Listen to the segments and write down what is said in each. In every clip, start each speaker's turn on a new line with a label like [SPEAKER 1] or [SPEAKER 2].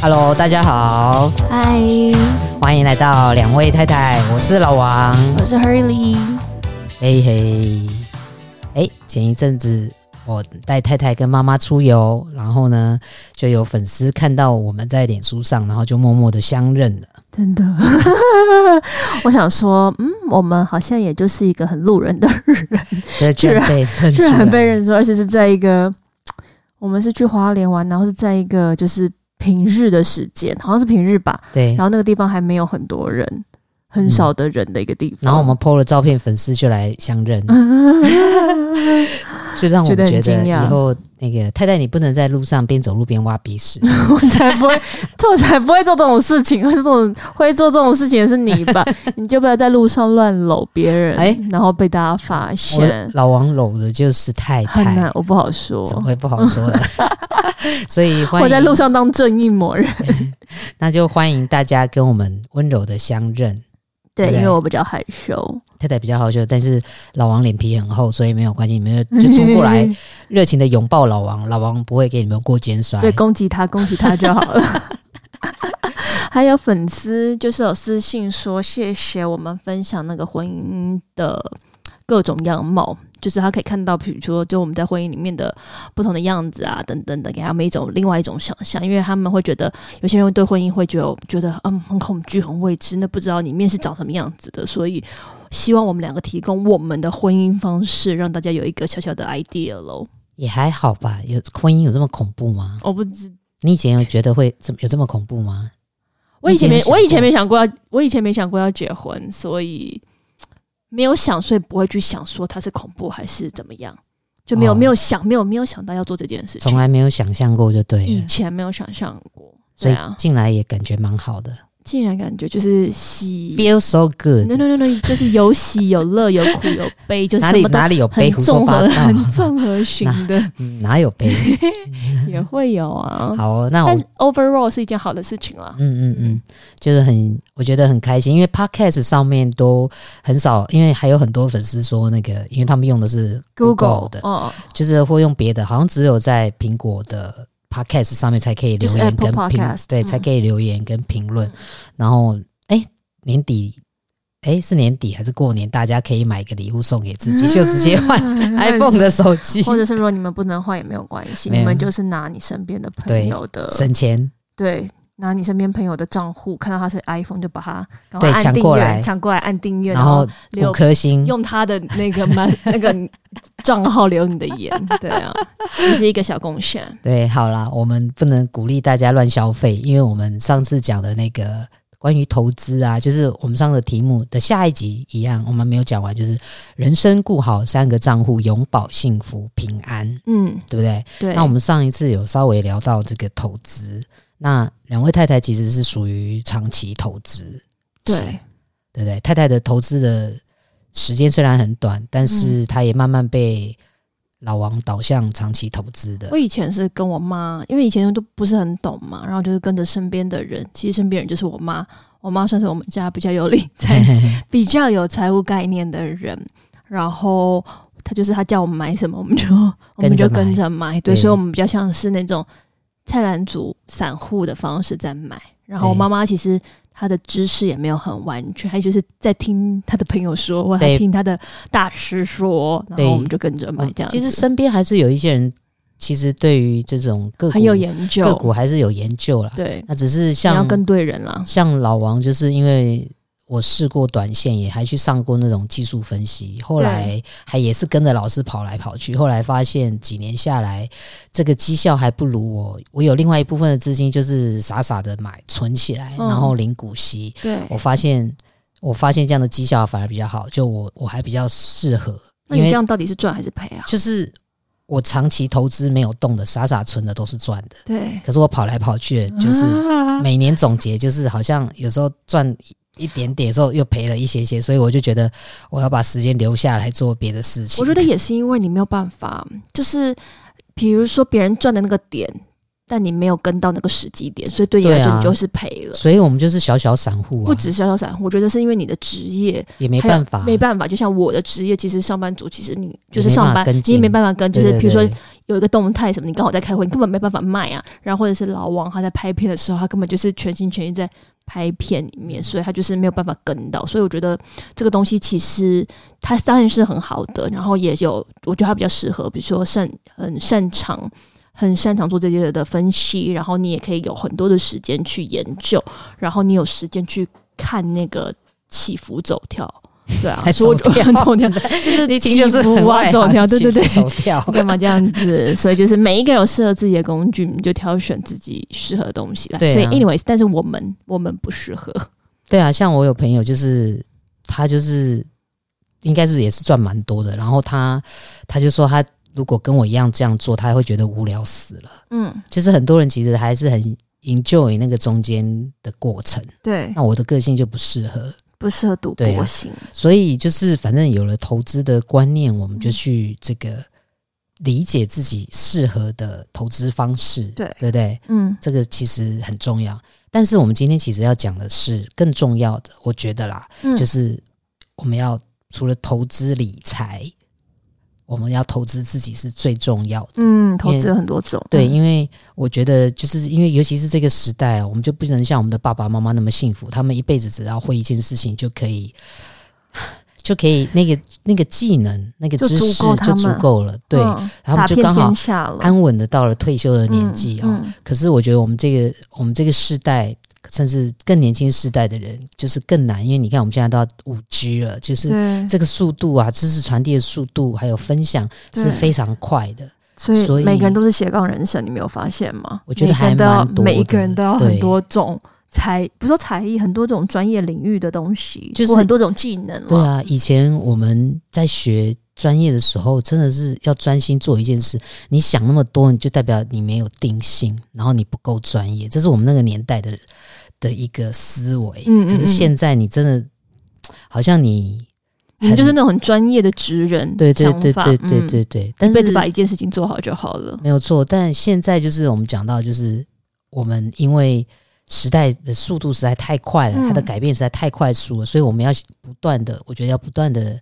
[SPEAKER 1] Hello，大家好，
[SPEAKER 2] 嗨，
[SPEAKER 1] 欢迎来到两位太太，我是老王，
[SPEAKER 2] 我是 Hurley。
[SPEAKER 1] 嘿嘿。哎，前一阵子我带太太跟妈妈出游，然后呢，就有粉丝看到我们在脸书上，然后就默默的相认了。
[SPEAKER 2] 真的，我想说，嗯，我们好像也就是一个很路人的人，
[SPEAKER 1] 这居然被认出
[SPEAKER 2] 居
[SPEAKER 1] 来
[SPEAKER 2] 然被认出，而且是在一个我们是去花莲玩，然后是在一个就是平日的时间，好像是平日吧，
[SPEAKER 1] 对
[SPEAKER 2] 然，后那个地方还没有很多人，很少的人的一个地方。
[SPEAKER 1] 嗯然后我们 PO 了照片，粉丝就来相 认，
[SPEAKER 2] 们
[SPEAKER 1] 就让我们觉
[SPEAKER 2] 觉得
[SPEAKER 1] 得
[SPEAKER 2] 很惊讶
[SPEAKER 1] 以后那个太太你不能在路上边走路边挖鼻屎。
[SPEAKER 2] 我才不会， 我才不会做这种事情。会这种会做这种事情的是你 吧？你就不要在路上乱搂别人，
[SPEAKER 1] 哎
[SPEAKER 2] 然后被大家发
[SPEAKER 1] 我
[SPEAKER 2] 现，
[SPEAKER 1] 老王搂的就是太
[SPEAKER 2] 很
[SPEAKER 1] 太，
[SPEAKER 2] 难，我不好说。
[SPEAKER 1] 怎么会不好说的？ 所以欢迎
[SPEAKER 2] 我在路上当正义魔人，
[SPEAKER 1] 那就欢迎大家跟我们温柔的相认。对
[SPEAKER 2] 对，因为我比较害羞，
[SPEAKER 1] 太太比较好秀，但是老王脸皮很厚，所以没有关系，你们就就冲过 来，热情的拥抱老王，老王不会给你们过肩摔。
[SPEAKER 2] 对，攻击他，攻击他就好 了。还有粉丝就是有私信说谢谢我们分享那个婚姻的各种样貌，就是他可以看到，比如说就我们在婚姻里面的不同的样子啊，等等的，给他们一种另外一种想象，因为他们会觉得有些人对婚姻会觉得觉得嗯很恐惧、很未知，那不知道里面是长什么样子的，所以希望我们两个提供我们的婚姻方式，让大家有一个小小的 idea 喽。
[SPEAKER 1] 也还好吧。有婚姻有这么恐怖吗？
[SPEAKER 2] 我不知
[SPEAKER 1] 你以前有觉得会这么有这么恐怖吗？
[SPEAKER 2] 我以前
[SPEAKER 1] 你以
[SPEAKER 2] 没
[SPEAKER 1] 前有想过
[SPEAKER 2] 我以前没想过要我以前没想过要结婚，所以没有想，所以不会去想说它是恐怖还是怎么样，就没有、
[SPEAKER 1] 哦
[SPEAKER 2] 没有想没有没有想到要做这件事
[SPEAKER 1] 从
[SPEAKER 2] 情，
[SPEAKER 1] 来没有想象过，就对
[SPEAKER 2] 以
[SPEAKER 1] 了。
[SPEAKER 2] 前没有想象过。
[SPEAKER 1] 所
[SPEAKER 2] 对
[SPEAKER 1] 以
[SPEAKER 2] 啊，
[SPEAKER 1] 进来也感觉蛮好的
[SPEAKER 2] 竟然感觉就是喜
[SPEAKER 1] ，feel so
[SPEAKER 2] ，no
[SPEAKER 1] good。
[SPEAKER 2] no no no，就是有喜有乐有苦有悲，就是
[SPEAKER 1] 哪
[SPEAKER 2] 什
[SPEAKER 1] 里
[SPEAKER 2] 么都
[SPEAKER 1] 哪里有悲，
[SPEAKER 2] 很
[SPEAKER 1] 胡说
[SPEAKER 2] 综
[SPEAKER 1] 八
[SPEAKER 2] 合
[SPEAKER 1] 道，
[SPEAKER 2] 很综合型的
[SPEAKER 1] 嗯 哪有 悲？
[SPEAKER 2] 也会有啊。
[SPEAKER 1] 好哦，那我
[SPEAKER 2] 但 overall 是一件好的事情啦。
[SPEAKER 1] 嗯嗯嗯
[SPEAKER 2] 嗯，
[SPEAKER 1] 就是很，我觉得很开心，因为 podcast 上面都很少，因为还有很多粉丝说那个，因为他们用的是 Google 的，
[SPEAKER 2] 哦，
[SPEAKER 1] 就是会用别的，好像只有在苹果的 podcast 上面才可以留
[SPEAKER 2] 就是
[SPEAKER 1] 言跟
[SPEAKER 2] Apple
[SPEAKER 1] 评，
[SPEAKER 2] Podcast，
[SPEAKER 1] 对，
[SPEAKER 2] 嗯
[SPEAKER 1] 才可以留言跟评论。然后，哎，年底，哎，是年底还是过年？大家可以买一个礼物送给自己， 就直接换 iPhone 的手机，
[SPEAKER 2] 或者是如果你们不能换也没有关系，
[SPEAKER 1] 没有
[SPEAKER 2] 你们就是拿你身边的朋友的
[SPEAKER 1] 省钱。
[SPEAKER 2] 对，拿你身边朋友的账户，看到他是 iPhone 就把它赶快
[SPEAKER 1] 对
[SPEAKER 2] 按
[SPEAKER 1] 抢
[SPEAKER 2] 订
[SPEAKER 1] 过来
[SPEAKER 2] 阅，抢过来按订阅，
[SPEAKER 1] 然
[SPEAKER 2] 然
[SPEAKER 1] 后五
[SPEAKER 2] 留
[SPEAKER 1] 颗星，
[SPEAKER 2] 用他的那个 满那个账号留你的言，对啊，这是一个小贡献。
[SPEAKER 1] 对，好啦，我们不能鼓励大家乱消费，因为我们上次讲的那个关于投资啊，就是我们上的题目的下一集一样，我们没有讲完，就是人生顾好三个账户，永保幸福平安，
[SPEAKER 2] 嗯，
[SPEAKER 1] 对不对？
[SPEAKER 2] 对。
[SPEAKER 1] 那我们上一次有稍微聊到这个投资，那两位太太其实是属于长期投资，
[SPEAKER 2] 对
[SPEAKER 1] 对不对？太太的投资的时间虽然很短，但
[SPEAKER 2] 嗯
[SPEAKER 1] 是她也慢慢被老王导向长期投资的
[SPEAKER 2] 我。以前是跟我妈，因为以前都不是很懂嘛，然后就是跟着身边的人，其实身边人就是我妈，我妈算是我们家比较有理 财比较有财务概念的人，然后他就是他叫我们买什么，我们 就我们就跟着买，对，
[SPEAKER 1] 对
[SPEAKER 2] 所以我们比较像是那种菜篮族散户的方式在买。然后我
[SPEAKER 1] 对
[SPEAKER 2] 妈妈其实她的知识也没有很完全，她就是在听她的朋友说，或者
[SPEAKER 1] 对
[SPEAKER 2] 她听她的大师说，然
[SPEAKER 1] 对
[SPEAKER 2] 后我们就跟着买这样子。
[SPEAKER 1] 哦其实身边还是有一些人，其实对于这种个股
[SPEAKER 2] 很有研究，
[SPEAKER 1] 个股还是有研究啦。
[SPEAKER 2] 对，
[SPEAKER 1] 那只是
[SPEAKER 2] 你要
[SPEAKER 1] 像
[SPEAKER 2] 跟对人啦。
[SPEAKER 1] 像老王，就是因为我试过短线，也还去上过那种技术分析，后来还也是跟着老师跑来跑去，后来发现几年下来，这个绩效还不如我。我有另外一部分的资金就是傻傻的买存起来，
[SPEAKER 2] 嗯
[SPEAKER 1] 然后领股息。
[SPEAKER 2] 对，
[SPEAKER 1] 我发现。我发现这样的绩效反而比较好，就我我还比较适合，
[SPEAKER 2] 那
[SPEAKER 1] 因
[SPEAKER 2] 你
[SPEAKER 1] 为
[SPEAKER 2] 这样到底是赚还是赔啊？
[SPEAKER 1] 就是我长期投资没有动的，傻傻存的都是赚的。
[SPEAKER 2] 对，
[SPEAKER 1] 可是我跑来跑去，就是
[SPEAKER 2] 啊
[SPEAKER 1] 每年总结，就是好像有时候赚一点点，有时候又赔了一些些，所以我就觉得我要把时间留下来做别的事情。
[SPEAKER 2] 我觉得也是因为你没有办法，就是比如说别人赚的那个点，但你没有跟到那个时机点，所以对你
[SPEAKER 1] 对
[SPEAKER 2] 来说
[SPEAKER 1] 啊
[SPEAKER 2] 你就是赔了。
[SPEAKER 1] 所以我们就是小小散户啊，
[SPEAKER 2] 不止小小散户，我觉得是因为你的职业
[SPEAKER 1] 也没
[SPEAKER 2] 还有
[SPEAKER 1] 办法，
[SPEAKER 2] 没办法，就像我的职业，其实上班族其实你
[SPEAKER 1] 也
[SPEAKER 2] 就是
[SPEAKER 1] 没
[SPEAKER 2] 上
[SPEAKER 1] 办法
[SPEAKER 2] 班
[SPEAKER 1] 跟，
[SPEAKER 2] 你也
[SPEAKER 1] 进
[SPEAKER 2] 没办法跟，就
[SPEAKER 1] 对
[SPEAKER 2] 是
[SPEAKER 1] 对
[SPEAKER 2] 比如说
[SPEAKER 1] 对
[SPEAKER 2] 有一个动态什么，你刚好在开会，你根本没办法卖啊。然后或者是老王他在拍片的时候，他根本就是全心全意在拍片里
[SPEAKER 1] 嗯
[SPEAKER 2] 面，所以他就是没有办法跟到。所以我觉得这个东西其实它当然是很好的，然后也有我觉得它比较适合，比如说擅很擅长。很擅长做这些的分析，然后你也可以有很多的时间去研究，然后你有时间去看那个起伏走跳，对啊，
[SPEAKER 1] 还
[SPEAKER 2] 所以我
[SPEAKER 1] 走
[SPEAKER 2] 觉
[SPEAKER 1] 跳
[SPEAKER 2] 得走跳就是
[SPEAKER 1] 一听就是很
[SPEAKER 2] 起伏
[SPEAKER 1] 外行
[SPEAKER 2] 啊，走跳，对对对，
[SPEAKER 1] 走跳。
[SPEAKER 2] 干嘛这样子？所以就是每一个有适合自己的工具，你就挑选自己适合的东西来。
[SPEAKER 1] 对啊
[SPEAKER 2] 所以，anyways，但是我们我们不适合，
[SPEAKER 1] 对啊，像我有朋友就是他就是应该是也是赚蛮多的，然后他他就说他如果跟我一样这样做，他会觉得无聊死了。
[SPEAKER 2] 嗯，
[SPEAKER 1] 就是很多人其实还是很 enjoy 那个中间的过程，
[SPEAKER 2] 对，
[SPEAKER 1] 那我的个性就不适合，
[SPEAKER 2] 不适合赌
[SPEAKER 1] 对啊
[SPEAKER 2] 型，
[SPEAKER 1] 所以就是反正有了投资的观念，我们就
[SPEAKER 2] 嗯
[SPEAKER 1] 去这个理解自己适合的投资方式，
[SPEAKER 2] 对
[SPEAKER 1] 对不对？
[SPEAKER 2] 嗯
[SPEAKER 1] 这个其实很重要。但是我们今天其实要讲的是更重要的，我觉得啦，
[SPEAKER 2] 嗯
[SPEAKER 1] 就是我们要除了投资理财，我们要投资自己是最重要的。
[SPEAKER 2] 嗯，投
[SPEAKER 1] 因
[SPEAKER 2] 资
[SPEAKER 1] 为
[SPEAKER 2] 有很多种，
[SPEAKER 1] 对，
[SPEAKER 2] 嗯
[SPEAKER 1] 因为我觉得，就是因为尤其是这个时代啊，我们就不能像我们的爸爸妈妈那么幸福，他们一辈子只要会一件事情就可以， 就可以那个那个技能、那个
[SPEAKER 2] 就
[SPEAKER 1] 知
[SPEAKER 2] 足
[SPEAKER 1] 识
[SPEAKER 2] 够他
[SPEAKER 1] 就足
[SPEAKER 2] 们
[SPEAKER 1] 够了。对，
[SPEAKER 2] 嗯
[SPEAKER 1] 然后我
[SPEAKER 2] 打
[SPEAKER 1] 们就
[SPEAKER 2] 遍
[SPEAKER 1] 刚好
[SPEAKER 2] 天下了，
[SPEAKER 1] 安稳的到了退休的年纪啊、
[SPEAKER 2] 嗯嗯
[SPEAKER 1] 可是我觉得我们这个我们这个世代，甚至更年轻世代的人，就是更难，因为你看我们现在都要五 G 了，就是
[SPEAKER 2] 对，
[SPEAKER 1] 这个速度啊，知识传递的速度还有分享是
[SPEAKER 2] 对
[SPEAKER 1] 非常快的。
[SPEAKER 2] 所
[SPEAKER 1] 所
[SPEAKER 2] 以
[SPEAKER 1] 以
[SPEAKER 2] 每个人都是斜杠人生，你没有发现吗？
[SPEAKER 1] 我觉得还
[SPEAKER 2] 每个人都要
[SPEAKER 1] 蛮多的
[SPEAKER 2] 每一个人都要很
[SPEAKER 1] 对
[SPEAKER 2] 多种才，不是说才艺，很多种专业领域的东西，
[SPEAKER 1] 就是
[SPEAKER 2] 或很多种技能
[SPEAKER 1] 对
[SPEAKER 2] 了。
[SPEAKER 1] 啊，以前我们在学专业的时候，真的是要专心做一件事。你想那么多，你就代表你没有定性，然后你不够专业，这是我们那个年代的的一个思维。
[SPEAKER 2] 嗯嗯
[SPEAKER 1] 可是现在你真的好像你很
[SPEAKER 2] 你们就是那种很专业的职人，
[SPEAKER 1] 对对对
[SPEAKER 2] 想法
[SPEAKER 1] 对对，
[SPEAKER 2] 嗯
[SPEAKER 1] 对对，但
[SPEAKER 2] 一辈子把
[SPEAKER 1] 是
[SPEAKER 2] 一件事情做好就好了。
[SPEAKER 1] 没有错。但现在就是我们讲到，就是我们因为时代的速度实在太快了，
[SPEAKER 2] 嗯
[SPEAKER 1] 它的改变实在太快速了，所以我们要不断的，我觉得要不断的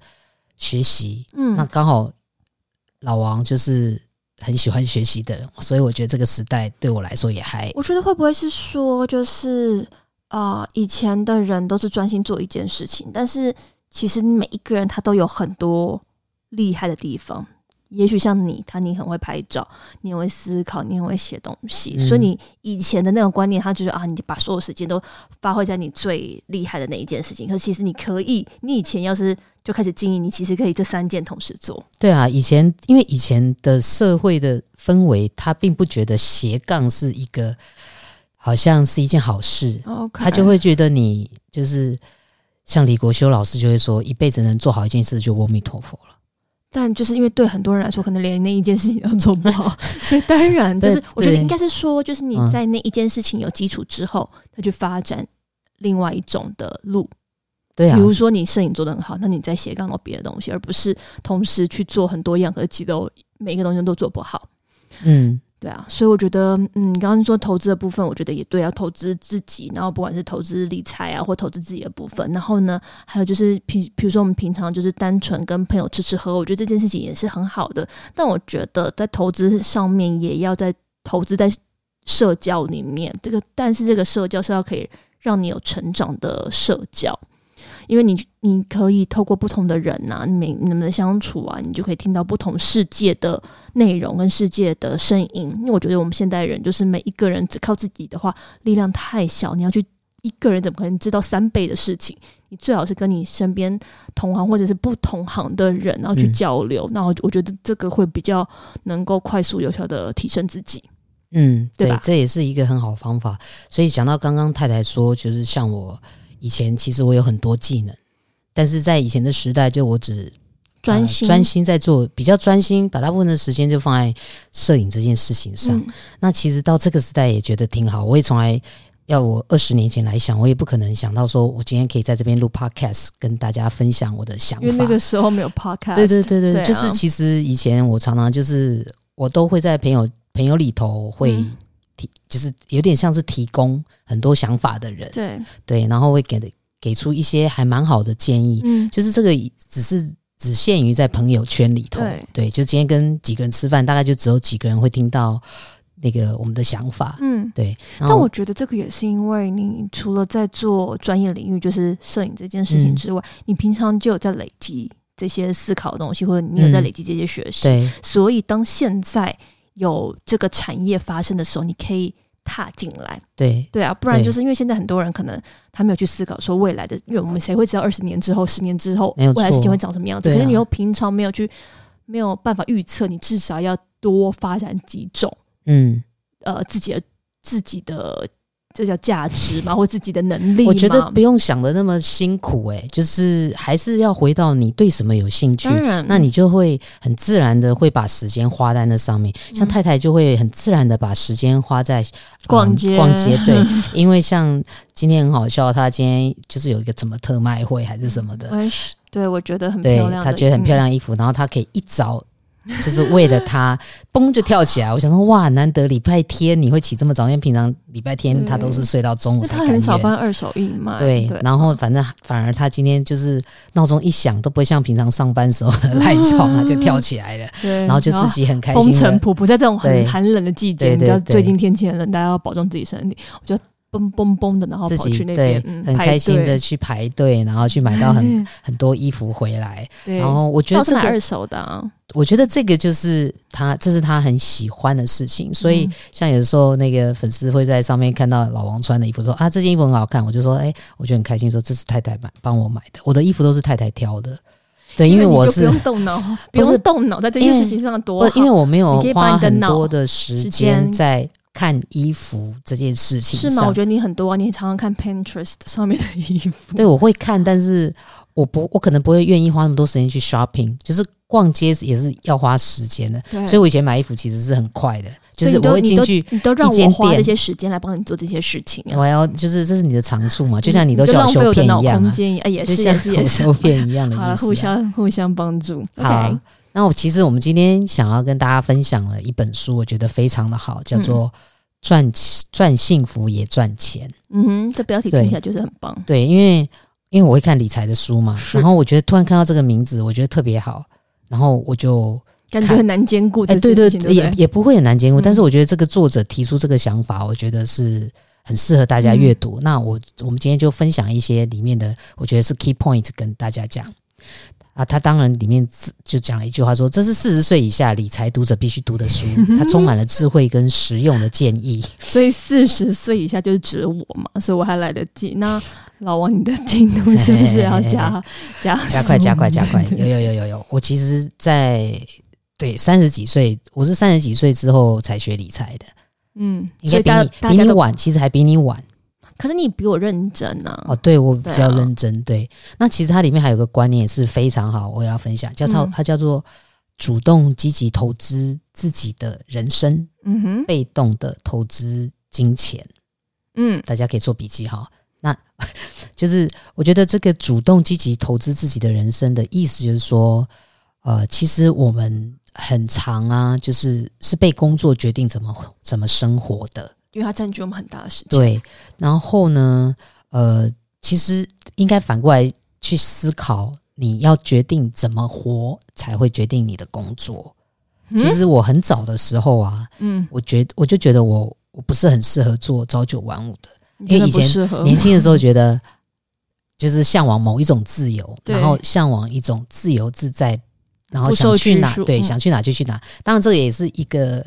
[SPEAKER 1] 学习。
[SPEAKER 2] 嗯
[SPEAKER 1] 那刚好老王就是很喜欢学习的人，所以我觉得这个时代对我来说也还
[SPEAKER 2] 我觉得会不会是说，就是啊、呃以前的人都是专心做一件事情，但是其实每一个人他都有很多厉害的地方。也许像你，他你很会拍照，你很会思考，你很会写东西，
[SPEAKER 1] 嗯
[SPEAKER 2] 所以你以前的那种观念，他就是啊，你把所有时间都发挥在你最厉害的那一件事情。可是其实你可以，你以前要是就开始经营，你其实可以这三件同时做。
[SPEAKER 1] 对啊。以前因为以前的社会的氛围，他并不觉得斜杠是一个好像是一件好事，
[SPEAKER 2] OK，
[SPEAKER 1] 他就会觉得你就是像李国修老师就会说，一辈子能做好一件事就阿弥陀佛了。
[SPEAKER 2] 但就是因为对很多人来说，可能连那一件事情都做不好， 所以当然就是
[SPEAKER 1] 对
[SPEAKER 2] 我觉得
[SPEAKER 1] 对
[SPEAKER 2] 应该是说，就是你
[SPEAKER 1] 嗯
[SPEAKER 2] 在那一件事情有基础之后，再去发展另外一种的路。
[SPEAKER 1] 对啊
[SPEAKER 2] 比，如说你摄影做的很好，那你再斜杠到别的东西，而不是同时去做很多样，可是其实都每个东西都做不好。
[SPEAKER 1] 嗯，
[SPEAKER 2] 对啊，所以我觉得，嗯，你刚刚说投资的部分，我觉得也对，要啊投资自己，然后不管是投资理财啊，或投资自己的部分，然后呢，还有就是平，比如说我们平常就是单纯跟朋友吃吃喝，喝，我觉得这件事情也是很好的。但我觉得在投资上面，也要在投资在社交里面，这个但是这个社交是要可以让你有成长的社交。因为你你可以透过不同的人呐、啊，你每你们的相处啊，你就可以听到不同世界的内容跟世界的声音。因为我觉得我们现代人就是每一个人只靠自己的话，力量太小，你要去一个人怎么可能知道三倍的事情？你最好是跟你身边同行或者是不同行的人，然后去
[SPEAKER 1] 嗯
[SPEAKER 2] 交流。那、我我觉得这个会比较能够快速有效的提升自己。
[SPEAKER 1] 嗯，
[SPEAKER 2] 对
[SPEAKER 1] 对
[SPEAKER 2] 吧，
[SPEAKER 1] 这也是一个很好的方法。所以讲到刚刚太太说，就是像我以前其实我有很多技能，但是在以前的时代，就我只
[SPEAKER 2] 专
[SPEAKER 1] 呃
[SPEAKER 2] 心，
[SPEAKER 1] 专、心在做，比较专心，把大部分的时间就放在摄影这件事情上。
[SPEAKER 2] 嗯，
[SPEAKER 1] 那其实到这个时代也觉得挺好，我也从来。要我二十年前来想，我也不可能想到说，我今天可以在这边录 podcast，跟大家分享我的想法。
[SPEAKER 2] 因为那个时候没有 podcast，
[SPEAKER 1] 对对对对，
[SPEAKER 2] 对啊
[SPEAKER 1] 就是其实以前我常常就是我都会在朋友朋友里头会
[SPEAKER 2] 嗯
[SPEAKER 1] 提，就是有点像是提供很多想法的人，
[SPEAKER 2] 对，
[SPEAKER 1] 对，然后会给的给出一些还蛮好的建议，
[SPEAKER 2] 嗯，
[SPEAKER 1] 就是这个只是只限于在朋友圈里头，
[SPEAKER 2] 对
[SPEAKER 1] 就今天跟几个人吃饭，大概就只有几个人会听到那个我们的想法，
[SPEAKER 2] 嗯。
[SPEAKER 1] 对。然
[SPEAKER 2] 但
[SPEAKER 1] 后
[SPEAKER 2] 我觉得这个也是因为你除了在做专业领域，就是摄影这件事情
[SPEAKER 1] 嗯
[SPEAKER 2] 之外，你平常就有在累积这些思考的东西，或者你有在
[SPEAKER 1] 嗯
[SPEAKER 2] 累积这些学识。
[SPEAKER 1] 对
[SPEAKER 2] 所以当现在有这个产业发生的时候，你可以踏进来。
[SPEAKER 1] 对
[SPEAKER 2] 对啊，不然
[SPEAKER 1] 对
[SPEAKER 2] 就是因为现在很多人可能他没有去思考说未来的，因为我们谁会知道二十年之后、十年之后
[SPEAKER 1] 没有
[SPEAKER 2] 未来事情
[SPEAKER 1] 错
[SPEAKER 2] 会长什么样子？
[SPEAKER 1] 对啊
[SPEAKER 2] 可是你又平常没有去，没有办法预测，你至少要多发展几种
[SPEAKER 1] 嗯，
[SPEAKER 2] 呃自己的自己的这叫价 值嘛，或自己的能力嘛。
[SPEAKER 1] 我觉得不用想的那么辛苦、欸，就是还是要回到你对什么有兴趣
[SPEAKER 2] 当。然，
[SPEAKER 1] 那你就会很自然的会把时间花在那上面，像
[SPEAKER 2] 嗯
[SPEAKER 1] 太太就会很自然的把时间花在、
[SPEAKER 2] 逛
[SPEAKER 1] 嗯
[SPEAKER 2] 街
[SPEAKER 1] 逛街， 对，因为像今天很好笑，她今天就是有一个什么特卖会还是什么的，
[SPEAKER 2] 我也是对我觉得很
[SPEAKER 1] 对
[SPEAKER 2] 漂亮的，
[SPEAKER 1] 她觉得很漂亮的衣服，然后她可以一 早就是为了她嘣就跳起来。我想说，哇，难得礼拜天你会起这么早，因为平常礼拜天她都是睡到中
[SPEAKER 2] 嗯，
[SPEAKER 1] 午
[SPEAKER 2] 那
[SPEAKER 1] 才
[SPEAKER 2] 他
[SPEAKER 1] 甘
[SPEAKER 2] 很
[SPEAKER 1] 愿。
[SPEAKER 2] 少办二手义卖，
[SPEAKER 1] 对，
[SPEAKER 2] 对，
[SPEAKER 1] 然后反正反而她今天就是闹钟一响都不会像平常上班时候 的赖床啊，就跳起来了，
[SPEAKER 2] 对
[SPEAKER 1] 然后就自己很开
[SPEAKER 2] 风
[SPEAKER 1] 心
[SPEAKER 2] 尘
[SPEAKER 1] 的。
[SPEAKER 2] 仆仆，在这种很
[SPEAKER 1] 对
[SPEAKER 2] 寒冷的季节，
[SPEAKER 1] 对
[SPEAKER 2] 你知道
[SPEAKER 1] 对对
[SPEAKER 2] 最近天气很冷，大家要保重自己身体。我就嘣嘣嘣的，然后
[SPEAKER 1] 自
[SPEAKER 2] 跑
[SPEAKER 1] 己
[SPEAKER 2] 去那
[SPEAKER 1] 对，，
[SPEAKER 2] 边嗯，
[SPEAKER 1] 很
[SPEAKER 2] 排
[SPEAKER 1] 开心
[SPEAKER 2] 队
[SPEAKER 1] 的，去排队，然后去买到 很很多衣服回来。
[SPEAKER 2] 对，
[SPEAKER 1] 然后我觉得
[SPEAKER 2] 倒是
[SPEAKER 1] 这
[SPEAKER 2] 买
[SPEAKER 1] 个
[SPEAKER 2] 二，手的啊，
[SPEAKER 1] 我觉得这个就是他，这是他很喜欢的事情。所以
[SPEAKER 2] 嗯
[SPEAKER 1] 像有的时候那个粉丝会在上面看到老王穿的衣服，说啊这件衣服很好看，我就说哎，我就很开心，说这是太太买帮我买的，我的衣服都是太太挑 的。对，因为
[SPEAKER 2] 为
[SPEAKER 1] 我
[SPEAKER 2] 你就是不用动脑，不
[SPEAKER 1] 不是
[SPEAKER 2] 用动脑，在这
[SPEAKER 1] 因
[SPEAKER 2] 件
[SPEAKER 1] 为
[SPEAKER 2] 事情上多
[SPEAKER 1] 不
[SPEAKER 2] 好，
[SPEAKER 1] 因为我没有
[SPEAKER 2] 你可以把
[SPEAKER 1] 花
[SPEAKER 2] 你的
[SPEAKER 1] 很
[SPEAKER 2] 脑
[SPEAKER 1] 多的时
[SPEAKER 2] 时
[SPEAKER 1] 间
[SPEAKER 2] 间
[SPEAKER 1] 在看衣服这件事情
[SPEAKER 2] 是
[SPEAKER 1] 上。
[SPEAKER 2] 吗？我觉得你很多啊，你常常看 Pinterest 上面的衣 服，
[SPEAKER 1] 对，我会看，但是我不，我可能不会愿意花那么多时间去 shopping，就是逛街也是要花时间的。
[SPEAKER 2] 对，
[SPEAKER 1] 所以我以前买衣服其实是很快的，就
[SPEAKER 2] 所以
[SPEAKER 1] 是
[SPEAKER 2] 你都
[SPEAKER 1] 我会进去，
[SPEAKER 2] 你都让
[SPEAKER 1] 一间
[SPEAKER 2] 我花
[SPEAKER 1] 店
[SPEAKER 2] 这些时间来帮你做这些事情啊，
[SPEAKER 1] 我要就是这是你的长处嘛，就像你都
[SPEAKER 2] 就
[SPEAKER 1] 叫
[SPEAKER 2] 浪费
[SPEAKER 1] 修
[SPEAKER 2] 我的
[SPEAKER 1] 片
[SPEAKER 2] 脑
[SPEAKER 1] 一样
[SPEAKER 2] 空
[SPEAKER 1] 啊，
[SPEAKER 2] 间，哎，也
[SPEAKER 1] 就是像
[SPEAKER 2] 也是也
[SPEAKER 1] 我
[SPEAKER 2] 是，
[SPEAKER 1] 修片一样的意思、
[SPEAKER 2] 好
[SPEAKER 1] 啊。
[SPEAKER 2] 了，互相互相帮助
[SPEAKER 1] 好啊
[SPEAKER 2] ，OK，
[SPEAKER 1] 那我其实我们今天想要跟大家分享了一本书，我觉得非常的好，叫做《赚钱赚幸福也赚钱》。
[SPEAKER 2] 嗯哼，这标题
[SPEAKER 1] 对
[SPEAKER 2] 听起来就是很棒。
[SPEAKER 1] 对，因为因为我会看理财的书嘛，
[SPEAKER 2] 是
[SPEAKER 1] 然后我觉得突然看到这个名字，我觉得特别好，然后我就
[SPEAKER 2] 感觉
[SPEAKER 1] 看
[SPEAKER 2] 很难兼顾这
[SPEAKER 1] 哎，
[SPEAKER 2] 件
[SPEAKER 1] 对
[SPEAKER 2] 事
[SPEAKER 1] 对
[SPEAKER 2] 情，，
[SPEAKER 1] 也
[SPEAKER 2] 不对
[SPEAKER 1] 也不会很难兼顾，
[SPEAKER 2] 嗯
[SPEAKER 1] 但是我觉得这个作者提出这个想法，我觉得是很适合大家
[SPEAKER 2] 嗯
[SPEAKER 1] 阅读。那我我们今天就分享一些里面的，我觉得是 key point 跟大家讲。啊，他当然里面自就讲了一句话说，这是四十岁以下理财读者必须读的 书，它充满了智慧跟实用的建议。
[SPEAKER 2] 所以四十岁以下就是指我嘛，所以我还来得及。那老王，你的进度是不是要 加加
[SPEAKER 1] 加快，加快，加 快！
[SPEAKER 2] 对
[SPEAKER 1] 有有有有有，我其实在，对三十几岁，我是三十几岁之后才学理财的，
[SPEAKER 2] 嗯，
[SPEAKER 1] 应
[SPEAKER 2] 所
[SPEAKER 1] 该比
[SPEAKER 2] 以大家
[SPEAKER 1] 你
[SPEAKER 2] 大
[SPEAKER 1] 比
[SPEAKER 2] 家
[SPEAKER 1] 你
[SPEAKER 2] 都，
[SPEAKER 1] 晚，其实还比你晚
[SPEAKER 2] 可是你比我认真啊呢、
[SPEAKER 1] 哦。对我比
[SPEAKER 2] 嗯对
[SPEAKER 1] 较
[SPEAKER 2] 啊
[SPEAKER 1] 认真，对那其实它里面还有个观念是非常好，我也要分享，叫它、
[SPEAKER 2] 嗯
[SPEAKER 1] 它叫做主动积极投资自己的人生，
[SPEAKER 2] 嗯哼，
[SPEAKER 1] 被动的投资金钱。
[SPEAKER 2] 嗯
[SPEAKER 1] 大家可以做笔记哈。那 就是我觉得这个主动积极投资自己的人生的意思，就是说，呃，其实我们很长啊，就是是被工作决定怎么怎么生活的，
[SPEAKER 2] 因为它占据我们很大的时间。，
[SPEAKER 1] 对。然后呢，呃，其实应该反过来去思考，你要决定怎么活，才会决定你的工作。其，实我很早的时候啊，
[SPEAKER 2] 嗯，
[SPEAKER 1] 我觉我就觉得我我不是很适合做朝九晚五的。
[SPEAKER 2] 你真
[SPEAKER 1] 因
[SPEAKER 2] 的
[SPEAKER 1] 为以
[SPEAKER 2] 不
[SPEAKER 1] 前
[SPEAKER 2] 适合。
[SPEAKER 1] 年轻的时候觉得就是向往某一种自由，
[SPEAKER 2] 对
[SPEAKER 1] 然后向往一种自由自在，然后
[SPEAKER 2] 不受
[SPEAKER 1] 想去
[SPEAKER 2] 拘
[SPEAKER 1] 哪
[SPEAKER 2] 束
[SPEAKER 1] 对、
[SPEAKER 2] 嗯
[SPEAKER 1] 想去哪就去哪。当然，这个也是一个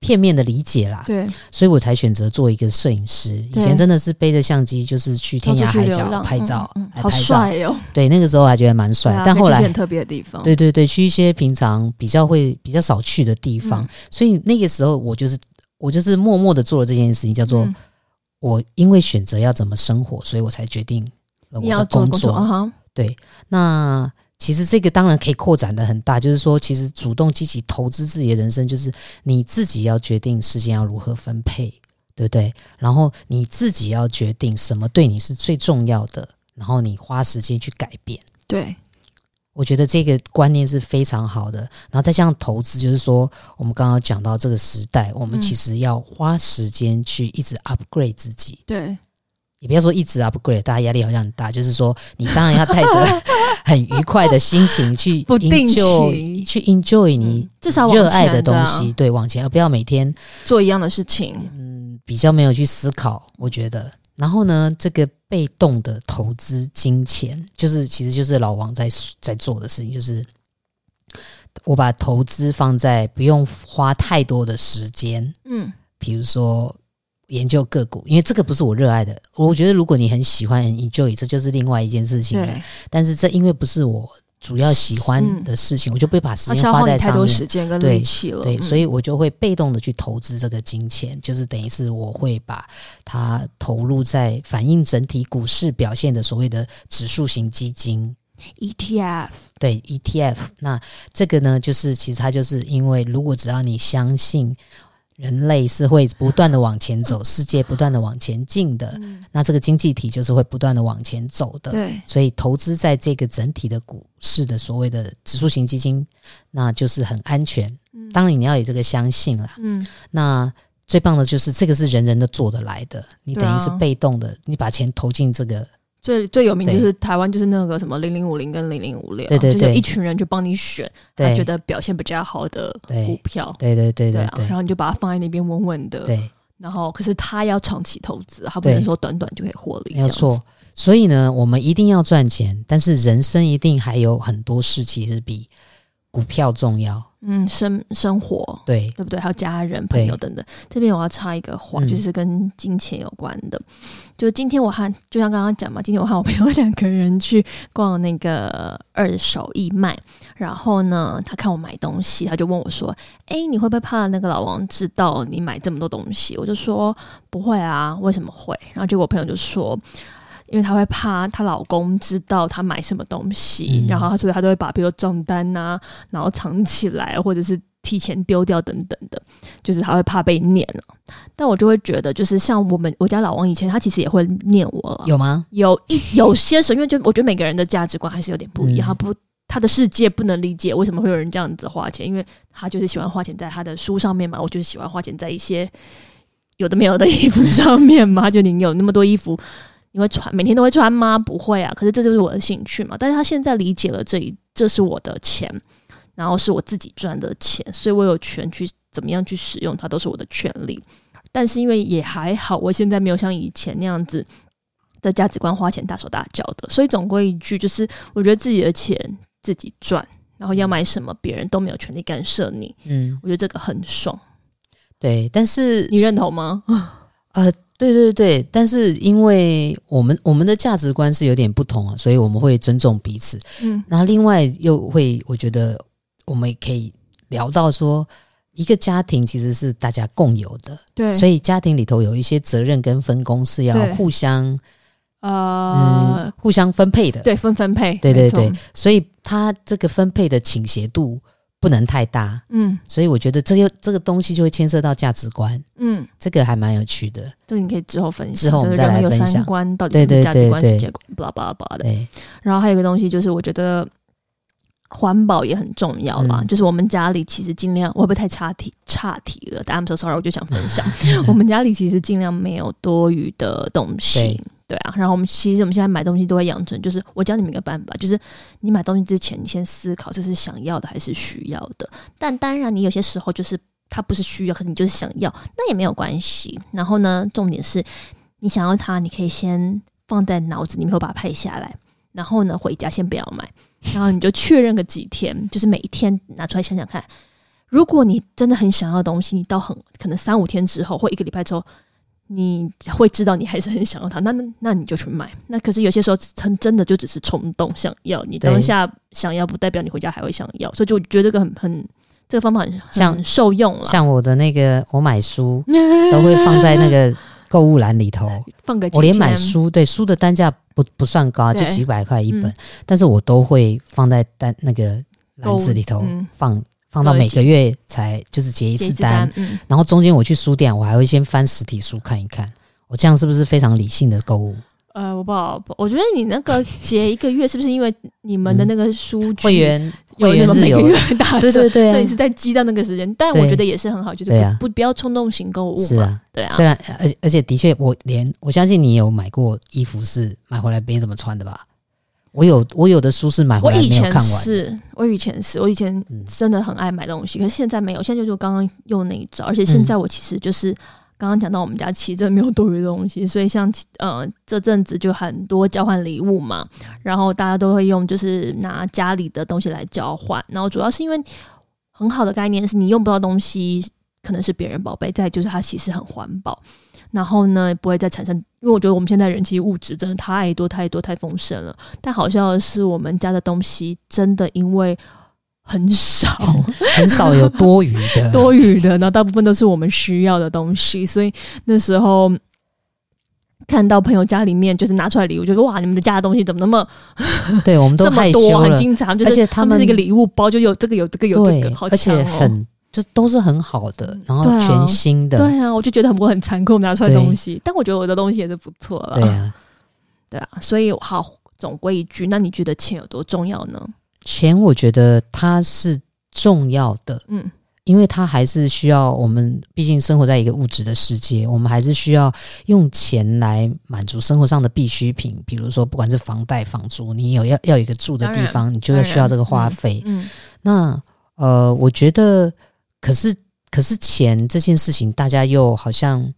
[SPEAKER 1] 片面的理解啦，
[SPEAKER 2] 对，
[SPEAKER 1] 所以我才选择做一个摄影师。以
[SPEAKER 2] 对
[SPEAKER 1] 前真的是背着相机，就是去天
[SPEAKER 2] 到
[SPEAKER 1] 涯
[SPEAKER 2] 处去
[SPEAKER 1] 海
[SPEAKER 2] 流
[SPEAKER 1] 角
[SPEAKER 2] 浪
[SPEAKER 1] 拍
[SPEAKER 2] 嗯
[SPEAKER 1] 照，
[SPEAKER 2] 嗯
[SPEAKER 1] 还
[SPEAKER 2] 好
[SPEAKER 1] 拍照。
[SPEAKER 2] 帅哦！
[SPEAKER 1] 对，那个时候还觉得蛮帅，
[SPEAKER 2] 对啊
[SPEAKER 1] 但
[SPEAKER 2] 可以
[SPEAKER 1] 后
[SPEAKER 2] 去一些
[SPEAKER 1] 来
[SPEAKER 2] 很特别的地方，
[SPEAKER 1] 对对对，去一些平常比较会比较少去的地
[SPEAKER 2] 嗯，
[SPEAKER 1] 方，所以那个时候我就是我就是默默的做了这件事情，叫做
[SPEAKER 2] 嗯
[SPEAKER 1] 我因为选择要怎么生活，所以我才决定了
[SPEAKER 2] 你
[SPEAKER 1] 我
[SPEAKER 2] 要
[SPEAKER 1] 的
[SPEAKER 2] 做
[SPEAKER 1] 工
[SPEAKER 2] 的工作啊哈，
[SPEAKER 1] 那其实这个当然可以扩展的很大，就是说，其实主动积极投资自己的人生，就是你自己要决定时间要如何分配，对不对？然后你自己要决定什么对你是最重要的，然后你花时间去改变。
[SPEAKER 2] 对，
[SPEAKER 1] 我觉得这个观念是非常好的。然后再加上投资，就是说我们刚刚讲到这个时代，我们
[SPEAKER 2] 嗯
[SPEAKER 1] 其实要花时间去一直 upgrade 自己。
[SPEAKER 2] 对，
[SPEAKER 1] 也不要说一直 upgrade，大家压力好像很大。就是说，你当然要带着 很愉快的心情去
[SPEAKER 2] 不定
[SPEAKER 1] enjoy，
[SPEAKER 2] 期
[SPEAKER 1] 去 enjoy 你
[SPEAKER 2] 嗯至少往
[SPEAKER 1] 热爱的
[SPEAKER 2] 前对
[SPEAKER 1] 东
[SPEAKER 2] 啊
[SPEAKER 1] 西，对，往前，而不要每天
[SPEAKER 2] 做一样的事情，
[SPEAKER 1] 嗯，比较没有去思考，我觉得。然后呢，这个被动的投资金钱，就是其实就是老王在在做的事情，就是我把投资放在不用花太多的时间，
[SPEAKER 2] 嗯，
[SPEAKER 1] 比如说研究个股，因为这个不是我热爱的。我觉得如果你很喜欢很 enjoy，这就是另外一件事情了
[SPEAKER 2] 对。，
[SPEAKER 1] 但是这因为不是我主要喜欢的事情，我就不会把时
[SPEAKER 2] 它
[SPEAKER 1] 间
[SPEAKER 2] 啊消
[SPEAKER 1] 花
[SPEAKER 2] 耗
[SPEAKER 1] 在
[SPEAKER 2] 你太
[SPEAKER 1] 上
[SPEAKER 2] 多
[SPEAKER 1] 面。
[SPEAKER 2] 时间跟
[SPEAKER 1] 对
[SPEAKER 2] 力气了，
[SPEAKER 1] 对，
[SPEAKER 2] 嗯
[SPEAKER 1] 所以我就会被动的去投资这个金钱，就是等于是我会把它投入在反映整体股市表现的所谓的指数型基金，
[SPEAKER 2] E ETF，
[SPEAKER 1] 对 ETF。那这个呢，就是其实它就是因为如果只要你相信。人类是会不断的往前走，世界不断的往前进的，
[SPEAKER 2] 嗯
[SPEAKER 1] 那这个经济体就是会不断的往前走呃的。
[SPEAKER 2] 对，
[SPEAKER 1] 所以投资在这个整体的股市的所谓的指数型基金，那就是很安全。
[SPEAKER 2] 嗯
[SPEAKER 1] 当然你要有这个相信啦。
[SPEAKER 2] 嗯，
[SPEAKER 1] 那最棒的就是这个是人人都做得来的，你等于是
[SPEAKER 2] 对啊
[SPEAKER 1] 被动的，你把钱投进这个，
[SPEAKER 2] 最最有名就
[SPEAKER 1] 对
[SPEAKER 2] 是台湾就是那个什么零零五零跟零零五六，啊
[SPEAKER 1] 对对
[SPEAKER 2] 就是
[SPEAKER 1] 对
[SPEAKER 2] 有一群人就帮你选，他
[SPEAKER 1] 对，
[SPEAKER 2] 觉得表现比较好的
[SPEAKER 1] 对
[SPEAKER 2] 股票，
[SPEAKER 1] 对对对对
[SPEAKER 2] 啊，然后你就把它放在那边稳稳的，
[SPEAKER 1] 对，
[SPEAKER 2] 然后可是他要长期投资，他不能
[SPEAKER 1] 对
[SPEAKER 2] 说短短就可以获利，
[SPEAKER 1] 没有错，。所以呢，我们一定要赚钱，但是人生一定还有很多事其实比股票重要。
[SPEAKER 2] 嗯，生生活。
[SPEAKER 1] 对，
[SPEAKER 2] 对不对？还有家人、朋友等等。这边我要插一个话，
[SPEAKER 1] 嗯
[SPEAKER 2] 就是跟金钱有关的。就今天我和就像刚刚讲嘛，今天我和我朋友 两个人去逛那个二手义卖，然后呢，他看我买东西，他就问我说：“哎，你会不会怕那个老王知道你买这么多东西？”我就说：“不会啊，为什么会？”然后结果我朋友就说。因为她会怕她老公知道她买什么东西，
[SPEAKER 1] 嗯
[SPEAKER 2] 然后她所以她都会把比如说账单呐、然后藏起来，或者是提前丢掉等等的，就是他会怕被念了。但我就会觉得，就是像我们我家老王以前，他其实也会念我了。
[SPEAKER 1] 有吗？
[SPEAKER 2] 有一有些时候，因为就我觉得每个人的价值观还是有点不一
[SPEAKER 1] 嗯
[SPEAKER 2] 样，他不他的世界不能理解为什么会有人这样子花钱，因为他就是喜欢花钱在他的书上面嘛，我就是喜欢花钱在一些有的没有的衣服上面嘛， 就你有那么多衣服。你会穿每天都会穿吗？不会啊，可是这就是我的兴趣嘛。但是他现在理解了这一，这是我的钱，然后是我自己赚的钱，所以我有权去怎么样去使用它，都是我的权利。但是因为也还好，我现在没有像以前那样子的价值观花钱大手大脚的，所以总归一句就是，我觉得自己的钱自己赚，然后要买什么别人都没有权利干涉你，
[SPEAKER 1] 嗯，
[SPEAKER 2] 我觉得这个很爽，
[SPEAKER 1] 对，但是
[SPEAKER 2] 你认同吗？
[SPEAKER 1] 对对对，但是因为我们我们的价值观是有点不同啊，所以我们会尊重彼此。
[SPEAKER 2] 嗯，
[SPEAKER 1] 然后另外又会，我觉得我们也可以聊到说，一个家庭其实是大家共有的，
[SPEAKER 2] 对
[SPEAKER 1] 所以家庭里头有一些责任跟分工是要
[SPEAKER 2] 对
[SPEAKER 1] 互相
[SPEAKER 2] 呃，
[SPEAKER 1] 嗯互相分配的。
[SPEAKER 2] 对，分分配，
[SPEAKER 1] 对对
[SPEAKER 2] 没错
[SPEAKER 1] 对，，所以它这个分配的倾斜度不能太大，
[SPEAKER 2] 嗯
[SPEAKER 1] 所以我觉得这又这个东西就会牵涉到价值观，
[SPEAKER 2] 嗯。
[SPEAKER 1] 这个还蛮有趣的。
[SPEAKER 2] 这个你可以之后分析，
[SPEAKER 1] 之后我们
[SPEAKER 2] 就是
[SPEAKER 1] 再来
[SPEAKER 2] 人有
[SPEAKER 1] 分
[SPEAKER 2] 三
[SPEAKER 1] 享
[SPEAKER 2] 观到
[SPEAKER 1] 对
[SPEAKER 2] 底什么
[SPEAKER 1] 对
[SPEAKER 2] 价值
[SPEAKER 1] 对
[SPEAKER 2] 观、
[SPEAKER 1] 对
[SPEAKER 2] 世界观，blah blah blah 的。
[SPEAKER 1] 对，
[SPEAKER 2] 然后还有一个东西就是，我觉得环保也很重要啦。
[SPEAKER 1] 嗯
[SPEAKER 2] 就是我们家里其实尽量，我会不会太岔题岔题了？但 I'm so sorry，我就想分 享，我们家里其实尽量没有多余的东西
[SPEAKER 1] 对。
[SPEAKER 2] 对啊，然后我们其实我们现在买东西都会养成，就是我教你们一个办法，就是你买东西之前，你先思考这是想要的还是需要的。但当然，你有些时候就是它不是需要，可是你就是想要，那也没有关系。然后呢，重点是你想要它，你可以先放在脑子里面，会把它拍下来，然后呢回家先不要买，然后你就确认个几天，就是每一天拿出来想想看。如果你真的很想要的东西，你到很可能三五天之后或一个礼拜之后，你会知道你还是很想要它，那那那你就去买。那可是有些时候，真真的就只是冲动想要，你
[SPEAKER 1] 对
[SPEAKER 2] 当下想要不代表你回家还会想要，所以就我觉得这个很很这个方法很
[SPEAKER 1] 像
[SPEAKER 2] 很受用了。
[SPEAKER 1] 像我的那个，我买书都会放在那 个购物篮里头。
[SPEAKER 2] 放个
[SPEAKER 1] 我连
[SPEAKER 2] GTM
[SPEAKER 1] 买书，对书的单价不不算高，就
[SPEAKER 2] 对
[SPEAKER 1] 几百块一本
[SPEAKER 2] 嗯，
[SPEAKER 1] 但是我都会放在单那个篮子里头
[SPEAKER 2] 购物嗯
[SPEAKER 1] 放，放到
[SPEAKER 2] 了解
[SPEAKER 1] 每个月才就是结一
[SPEAKER 2] 接
[SPEAKER 1] 次
[SPEAKER 2] 一
[SPEAKER 1] 单
[SPEAKER 2] 单，，嗯，
[SPEAKER 1] 然后中间我去书店，我还会先翻实体书看一看。我这样是不是非常理性的购物？
[SPEAKER 2] 呃，我不好，我觉得你那个结一个月，是不是因为你们的那个书
[SPEAKER 1] 嗯
[SPEAKER 2] 局
[SPEAKER 1] 会员
[SPEAKER 2] 有
[SPEAKER 1] 会
[SPEAKER 2] 你
[SPEAKER 1] 员
[SPEAKER 2] 们
[SPEAKER 1] 自
[SPEAKER 2] 每个
[SPEAKER 1] 由
[SPEAKER 2] 月打
[SPEAKER 1] 对
[SPEAKER 2] 折，
[SPEAKER 1] 对对啊
[SPEAKER 2] 所以你是在积到那个时间，但我
[SPEAKER 1] 对
[SPEAKER 2] 觉得也是很好，就是
[SPEAKER 1] 对啊
[SPEAKER 2] 不不不要冲动型购物
[SPEAKER 1] 是
[SPEAKER 2] 嘛，
[SPEAKER 1] 啊，
[SPEAKER 2] 对啊，
[SPEAKER 1] 虽然而且而且的确，我连我相信你有买过衣服是买回来没怎么穿的吧？我有我有的书是买
[SPEAKER 2] 我
[SPEAKER 1] 回来
[SPEAKER 2] 以
[SPEAKER 1] 没有
[SPEAKER 2] 前
[SPEAKER 1] 看完的，
[SPEAKER 2] 是，我以前是，我以前
[SPEAKER 1] 嗯
[SPEAKER 2] 真的很爱买东西，可是现在没有，现在就是我刚刚用那一招，而且
[SPEAKER 1] 嗯
[SPEAKER 2] 现在我其实就是刚刚讲到我们家其实真的没有多余的东西，所以像呃这阵子就很多交换礼物嘛，然后大家都会用就是拿家里的东西来交换，然后主要是因为很好的概念是你用不到东西可能是别人宝贝，再就是它其实很环保。然后呢，不会再产生，因为我觉得我们现在人其实物质真的太多太多太丰盛了，但好笑的是，我们家的东西真的因为很少
[SPEAKER 1] 哦很少有多余的。
[SPEAKER 2] 多余的，然后大部分都是我们需要的东西，所以那时候。看到朋友家里面就是拿出来礼物，就说哇，你们的家的东西怎么那么
[SPEAKER 1] 对，我们都
[SPEAKER 2] 这么
[SPEAKER 1] 害羞
[SPEAKER 2] 多，很啊
[SPEAKER 1] 了，
[SPEAKER 2] 经常，就
[SPEAKER 1] 而
[SPEAKER 2] 是
[SPEAKER 1] 且
[SPEAKER 2] 他
[SPEAKER 1] 他
[SPEAKER 2] 们
[SPEAKER 1] 们
[SPEAKER 2] 是一个礼物包，就有这个有这个有这
[SPEAKER 1] 对
[SPEAKER 2] 个，好，
[SPEAKER 1] 而
[SPEAKER 2] 强
[SPEAKER 1] 且
[SPEAKER 2] 哦！
[SPEAKER 1] 很就都是很好的，然后
[SPEAKER 2] 对啊
[SPEAKER 1] 全新的，
[SPEAKER 2] 对啊，我就觉得我很惭愧，我们拿出来的
[SPEAKER 1] 对
[SPEAKER 2] 东西，但我觉得我的东西也是不错了，
[SPEAKER 1] 对啊，
[SPEAKER 2] 对啊，所以好，总归一句，那你觉得钱有多重要呢？
[SPEAKER 1] 钱我觉得它是重要的，
[SPEAKER 2] 嗯，
[SPEAKER 1] 因为它还是需要我们，毕竟生活在一个物质的世界，我们还是需要用钱来满足生活上的必需品，比如说不管是房贷、房租，你有要要有一个住的地
[SPEAKER 2] 当
[SPEAKER 1] 方，你就要需要这个花费。
[SPEAKER 2] 嗯，
[SPEAKER 1] 那呃，我觉得，可是可是钱这件事情，大家又好像。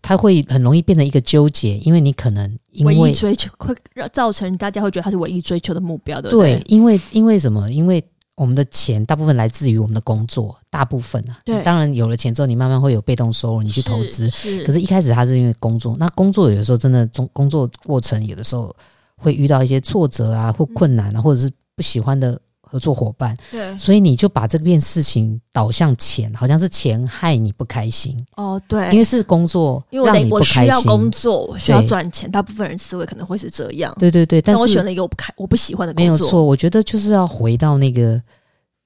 [SPEAKER 1] 它会很容易变成一个纠结，因为你可能因
[SPEAKER 2] 唯
[SPEAKER 1] 为
[SPEAKER 2] 一追求会让造成大家会觉得它是唯一追求的目标，对不
[SPEAKER 1] 对，因为因为什么？因为我们的钱大部分来自于我们的工作，大部分啊。
[SPEAKER 2] 对
[SPEAKER 1] 你当然有了钱之后，你慢慢会有被动收入，你去投资。
[SPEAKER 2] 是
[SPEAKER 1] 可是，一开始它是因为工作，那工作有的时候真的中工作过程有的时候会遇到一些挫折啊，
[SPEAKER 2] 嗯
[SPEAKER 1] 或困难啊，或者是不喜欢的合作伙伴，
[SPEAKER 2] 对
[SPEAKER 1] 所以你就把这件事情导向钱，好像是钱害你不开心，
[SPEAKER 2] 哦对，
[SPEAKER 1] 因为是工作
[SPEAKER 2] 因为我
[SPEAKER 1] 让
[SPEAKER 2] 得
[SPEAKER 1] 你不
[SPEAKER 2] 我需
[SPEAKER 1] 开
[SPEAKER 2] 要工
[SPEAKER 1] 心。
[SPEAKER 2] 作，我需要
[SPEAKER 1] 对
[SPEAKER 2] 赚钱，大部分人思维可能会是这样。
[SPEAKER 1] 对对对，但
[SPEAKER 2] 但
[SPEAKER 1] 是
[SPEAKER 2] 我选了一个我不开我不喜欢的
[SPEAKER 1] 没
[SPEAKER 2] 工
[SPEAKER 1] 有
[SPEAKER 2] 作，
[SPEAKER 1] 错，我觉得就是要回到那个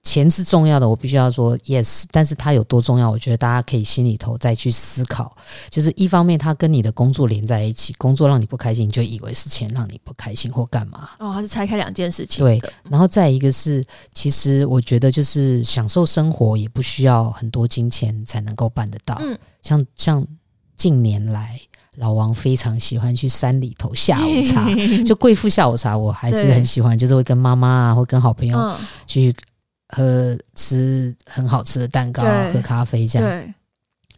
[SPEAKER 1] 钱是重要的，我必须要说 yes，但是它有多重要，我觉得大家可以心里头再去思考。就是一方面，它跟你的工作连在一起，工作让你不开心，你就以为是钱让你不开心或干嘛。
[SPEAKER 2] 哦，它是拆开两件事情
[SPEAKER 1] 对
[SPEAKER 2] 的，
[SPEAKER 1] 然后再一个是，其实我觉得就是享受生活也不需要很多金钱才能够办得到。
[SPEAKER 2] 嗯。
[SPEAKER 1] 像像近年来，老王非常喜欢去山里头下午茶 就贵妇下午茶，我还是
[SPEAKER 2] 对
[SPEAKER 1] 很喜欢，就是会跟妈妈啊，或跟好朋友
[SPEAKER 2] 嗯，
[SPEAKER 1] 去喝吃很好吃的蛋糕啊，
[SPEAKER 2] 对
[SPEAKER 1] 喝咖啡这样。
[SPEAKER 2] 对，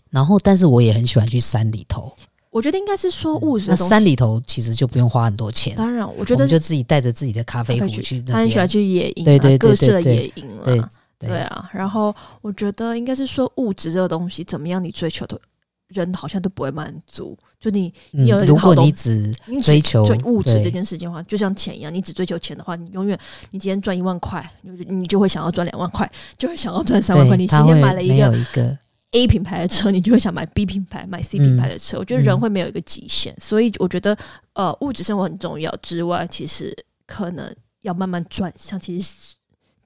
[SPEAKER 1] 然后，但是我也很喜欢去山里头。
[SPEAKER 2] 我觉得应该是说物质
[SPEAKER 1] 那
[SPEAKER 2] 的东西。
[SPEAKER 1] 山里头其实就不用花很多钱，
[SPEAKER 2] 当然，我
[SPEAKER 1] 我
[SPEAKER 2] 觉得
[SPEAKER 1] 们就自己带着自己的咖啡
[SPEAKER 2] 咖
[SPEAKER 1] 壶
[SPEAKER 2] 啡
[SPEAKER 1] 去
[SPEAKER 2] 他
[SPEAKER 1] 那
[SPEAKER 2] 很喜欢
[SPEAKER 1] 边。
[SPEAKER 2] 去野营啊，
[SPEAKER 1] 对对对
[SPEAKER 2] 各式的
[SPEAKER 1] 对对
[SPEAKER 2] 野营
[SPEAKER 1] 对
[SPEAKER 2] 啦。对啊，然后我觉得应该是说物质这个东西，怎么样你追求的人好像都不会满足。就你
[SPEAKER 1] 嗯
[SPEAKER 2] 有一个
[SPEAKER 1] 如
[SPEAKER 2] 好
[SPEAKER 1] 果
[SPEAKER 2] 东
[SPEAKER 1] 你只
[SPEAKER 2] 你只
[SPEAKER 1] 追求
[SPEAKER 2] 就物质
[SPEAKER 1] 对
[SPEAKER 2] 这件事情的话，就像钱一样，你只追求钱的话，你永远你今天赚一万块，你就你就会想要赚两万块，就会想要赚三万块。
[SPEAKER 1] 对，
[SPEAKER 2] 你今
[SPEAKER 1] 他
[SPEAKER 2] 天
[SPEAKER 1] 会
[SPEAKER 2] 买了一
[SPEAKER 1] 没
[SPEAKER 2] 个
[SPEAKER 1] 有一个
[SPEAKER 2] A 品牌的车，你就会想买 B 品牌、买 C
[SPEAKER 1] 嗯
[SPEAKER 2] 品牌的车。我觉得人
[SPEAKER 1] 嗯
[SPEAKER 2] 会没有一个极限，所以我觉得呃，物质生活很重要之外，其实可能要慢慢转向，其实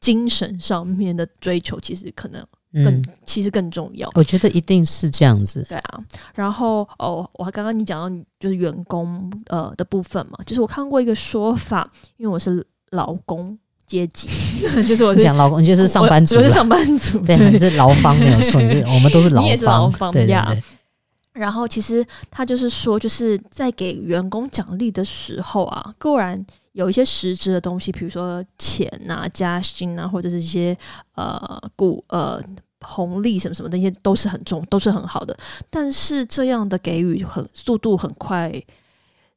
[SPEAKER 2] 精神上面的追求，其实可能更、
[SPEAKER 1] 嗯，
[SPEAKER 2] 其实更重要。
[SPEAKER 1] 我觉得一定是这样子。
[SPEAKER 2] 对啊，然后哦，我刚刚你讲到你就是员工呃的部分嘛，就是我看过一个说法，因为我是劳工阶级， 就是我
[SPEAKER 1] 你
[SPEAKER 2] 是
[SPEAKER 1] 讲老公，你就是上班族
[SPEAKER 2] 我是
[SPEAKER 1] 啦，
[SPEAKER 2] 上班族，
[SPEAKER 1] 对，啊你是劳方没有错，你是我们都是劳
[SPEAKER 2] 你也是劳方
[SPEAKER 1] 对对
[SPEAKER 2] 呀
[SPEAKER 1] 对，
[SPEAKER 2] 然后其实他就是说，就是在给员工奖励的时候啊，固然有一些实质的东西，比如说钱啊、加薪啊，或者是一些呃股呃红利什么什么的，那些都是很重，都是很好的。但是这样的给予很速度很快，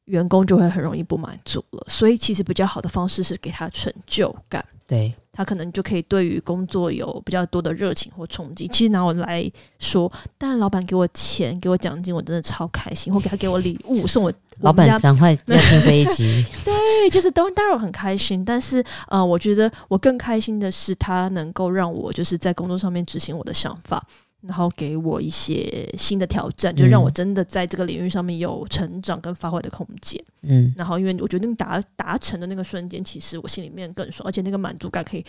[SPEAKER 2] 员工就会很容易不满足了。所以其实比较好的方式是给他成就感。
[SPEAKER 1] 对，
[SPEAKER 2] 他可能就可以对于工作有比较多的热情或冲击。其实拿我来说，但老板给我钱、给我奖金，我真的超开心，或给他给我礼物， 送我
[SPEAKER 1] 老
[SPEAKER 2] 我们
[SPEAKER 1] 板
[SPEAKER 2] 家
[SPEAKER 1] 赶快要听这一 集，
[SPEAKER 2] 对，就是都当然我很开心。但是呃，我觉得我更开心的是他能够让我就是在工作上面执行我的想法。然后给我一些新的挑战，就让我
[SPEAKER 1] 嗯
[SPEAKER 2] 真的在这个领域上面有成长跟发挥的空间。
[SPEAKER 1] 嗯，
[SPEAKER 2] 然后因为我决定达达成的那个瞬间，其实我心里面更爽，而且那个满足感可以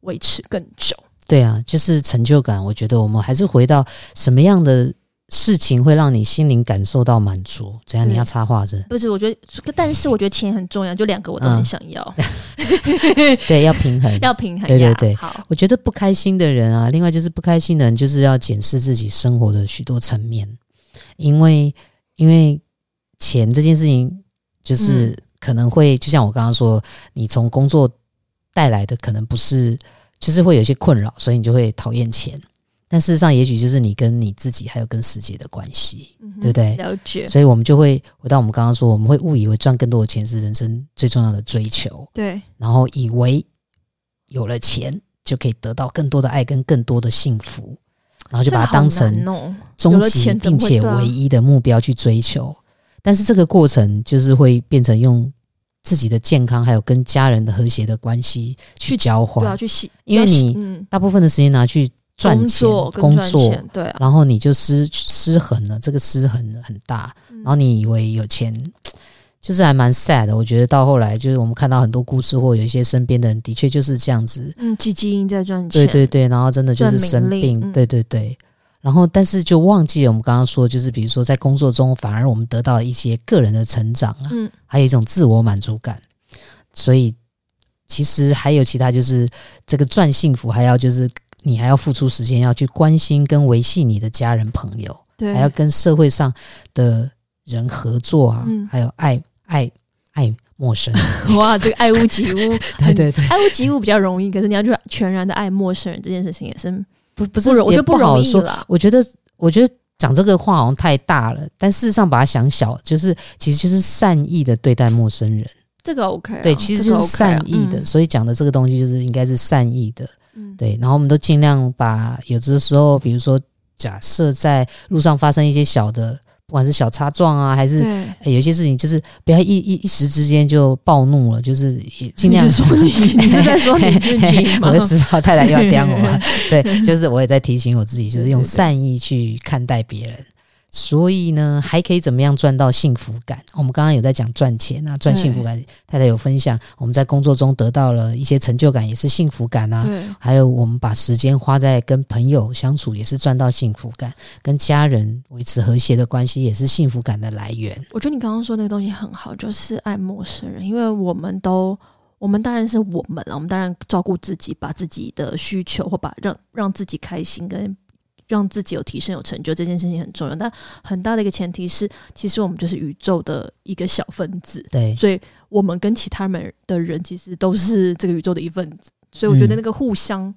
[SPEAKER 2] 维持更久。
[SPEAKER 1] 对啊，就是成就感。我觉得我们还是回到什么样的事情会让你心灵感受到满足。怎样？
[SPEAKER 2] 对
[SPEAKER 1] 你要插话是
[SPEAKER 2] 不是，我觉得，但是我觉得钱很重要，就两个我都很想要，
[SPEAKER 1] 不是？对，要平衡。
[SPEAKER 2] 要平衡
[SPEAKER 1] 对嗯对
[SPEAKER 2] 呀
[SPEAKER 1] 对
[SPEAKER 2] 好，
[SPEAKER 1] 我觉得不开心的人啊，另外就是不开心的人，就是要检视自己生活的许多层面，因为因为钱这件事情，就是
[SPEAKER 2] 嗯
[SPEAKER 1] 可能会、就像我刚刚说，你从工作带来的可能不是，就是会有一些困扰，所以你就会讨厌钱。但事实上，也许就是你跟你自己还有跟世界的关系，
[SPEAKER 2] 嗯哼
[SPEAKER 1] 对不对
[SPEAKER 2] 了解，
[SPEAKER 1] 所以我们就会回到我们刚刚说，我们会误以为赚更多的钱是人生最重要的追求。
[SPEAKER 2] 对，
[SPEAKER 1] 然后以为有了钱就可以得到更多的爱跟更多的幸福，然后就把它当
[SPEAKER 2] 这
[SPEAKER 1] 成
[SPEAKER 2] 个好难哦
[SPEAKER 1] 终
[SPEAKER 2] 有了
[SPEAKER 1] 极
[SPEAKER 2] 钱怎
[SPEAKER 1] 并
[SPEAKER 2] 么会啊
[SPEAKER 1] 且
[SPEAKER 2] 对啊
[SPEAKER 1] 唯一的目标去追求。但是这个过程就是会变成用自己的健康，还有跟家人的和谐的关系去交
[SPEAKER 2] 对啊，
[SPEAKER 1] 换，
[SPEAKER 2] 去洗，
[SPEAKER 1] 因为
[SPEAKER 2] 要洗
[SPEAKER 1] 你
[SPEAKER 2] 嗯，
[SPEAKER 1] 大部分的时间拿去赚
[SPEAKER 2] 工
[SPEAKER 1] 钱、
[SPEAKER 2] 作跟
[SPEAKER 1] 工
[SPEAKER 2] 赚
[SPEAKER 1] 作，
[SPEAKER 2] 钱对啊，
[SPEAKER 1] 然后你就失失衡了，这个失衡很大。
[SPEAKER 2] 嗯
[SPEAKER 1] 然后你以为有钱，就是还蛮 sad 的。我觉得到后来，就是我们看到很多故事，或有一些身边的人，的确就是这样子。
[SPEAKER 2] 嗯，基金在赚
[SPEAKER 1] 对
[SPEAKER 2] 钱，
[SPEAKER 1] 对对，然后真的就是生
[SPEAKER 2] 赚名
[SPEAKER 1] 病
[SPEAKER 2] 利，嗯
[SPEAKER 1] 对对对。然后，但是就忘记了我们刚刚说，就是比如说在工作中，反而我们得到了一些个人的成长啊，
[SPEAKER 2] 嗯，
[SPEAKER 1] 还有一种自我满足感。所以，其实还有其他，就是这个赚幸福，还要就是你还要付出时间，要去关心跟维系你的家人朋友。
[SPEAKER 2] 对，
[SPEAKER 1] 还要跟社会上的人合作啊，
[SPEAKER 2] 嗯
[SPEAKER 1] 还有爱爱爱陌生，，
[SPEAKER 2] 哇，这个爱屋及乌
[SPEAKER 1] 对对对
[SPEAKER 2] 很，爱屋及乌比较容易，可是你要去全然的爱陌生人这件事情也是
[SPEAKER 1] 不不
[SPEAKER 2] 不
[SPEAKER 1] 是
[SPEAKER 2] 容，我
[SPEAKER 1] 也
[SPEAKER 2] 觉得
[SPEAKER 1] 不
[SPEAKER 2] 容
[SPEAKER 1] 好
[SPEAKER 2] 易
[SPEAKER 1] 说。
[SPEAKER 2] 啦。
[SPEAKER 1] 我觉得，我觉得讲这个话好像太大了，但事实上把它想小，就是其实就是善意的对待陌生人，
[SPEAKER 2] 这个 OK，啊、
[SPEAKER 1] 对，其实就
[SPEAKER 2] 这个
[SPEAKER 1] 是
[SPEAKER 2] OK 啊
[SPEAKER 1] 善意的，，所以讲的这个东西就是应该是善意的，
[SPEAKER 2] 嗯，
[SPEAKER 1] 对。然后我们都尽量把有的时候，比如说假设在路上发生一些小的，不管是小擦撞啊，还是
[SPEAKER 2] 嗯对。
[SPEAKER 1] 欸、有一些事情就是不要一一一时之间就暴怒了，就是也尽量
[SPEAKER 2] 你 是说你你是在说你自己吗
[SPEAKER 1] 我就知道太太又要刁我 了，对，就是我也在提醒我自己，就是用
[SPEAKER 2] 对对对
[SPEAKER 1] 善意去看待别人。所以呢，还可以怎么样赚到幸福感？哦我们刚刚有在讲赚钱啊，赚幸福感。太太有分享，我们在工作中得到了一些成就感，也是幸福感啊。
[SPEAKER 2] 对，
[SPEAKER 1] 还有我们把时间花在跟朋友相处，也是赚到幸福感；跟家人维持和谐的关系，也是幸福感的来源。
[SPEAKER 2] 我觉得你刚刚说那个东西很好，就是爱陌生人，因为我们都，我们当然是我们了，我们当然照顾自己，把自己的需求或把让让自己开心跟让自己有提升、有成就这件事情很重要。但很大的一个前提是，其实我们就是宇宙的一个小分子，
[SPEAKER 1] 对，
[SPEAKER 2] 所以我们跟其他们的人其实都是这个宇宙的一份子，所以我觉得
[SPEAKER 1] 嗯
[SPEAKER 2] 那个互相。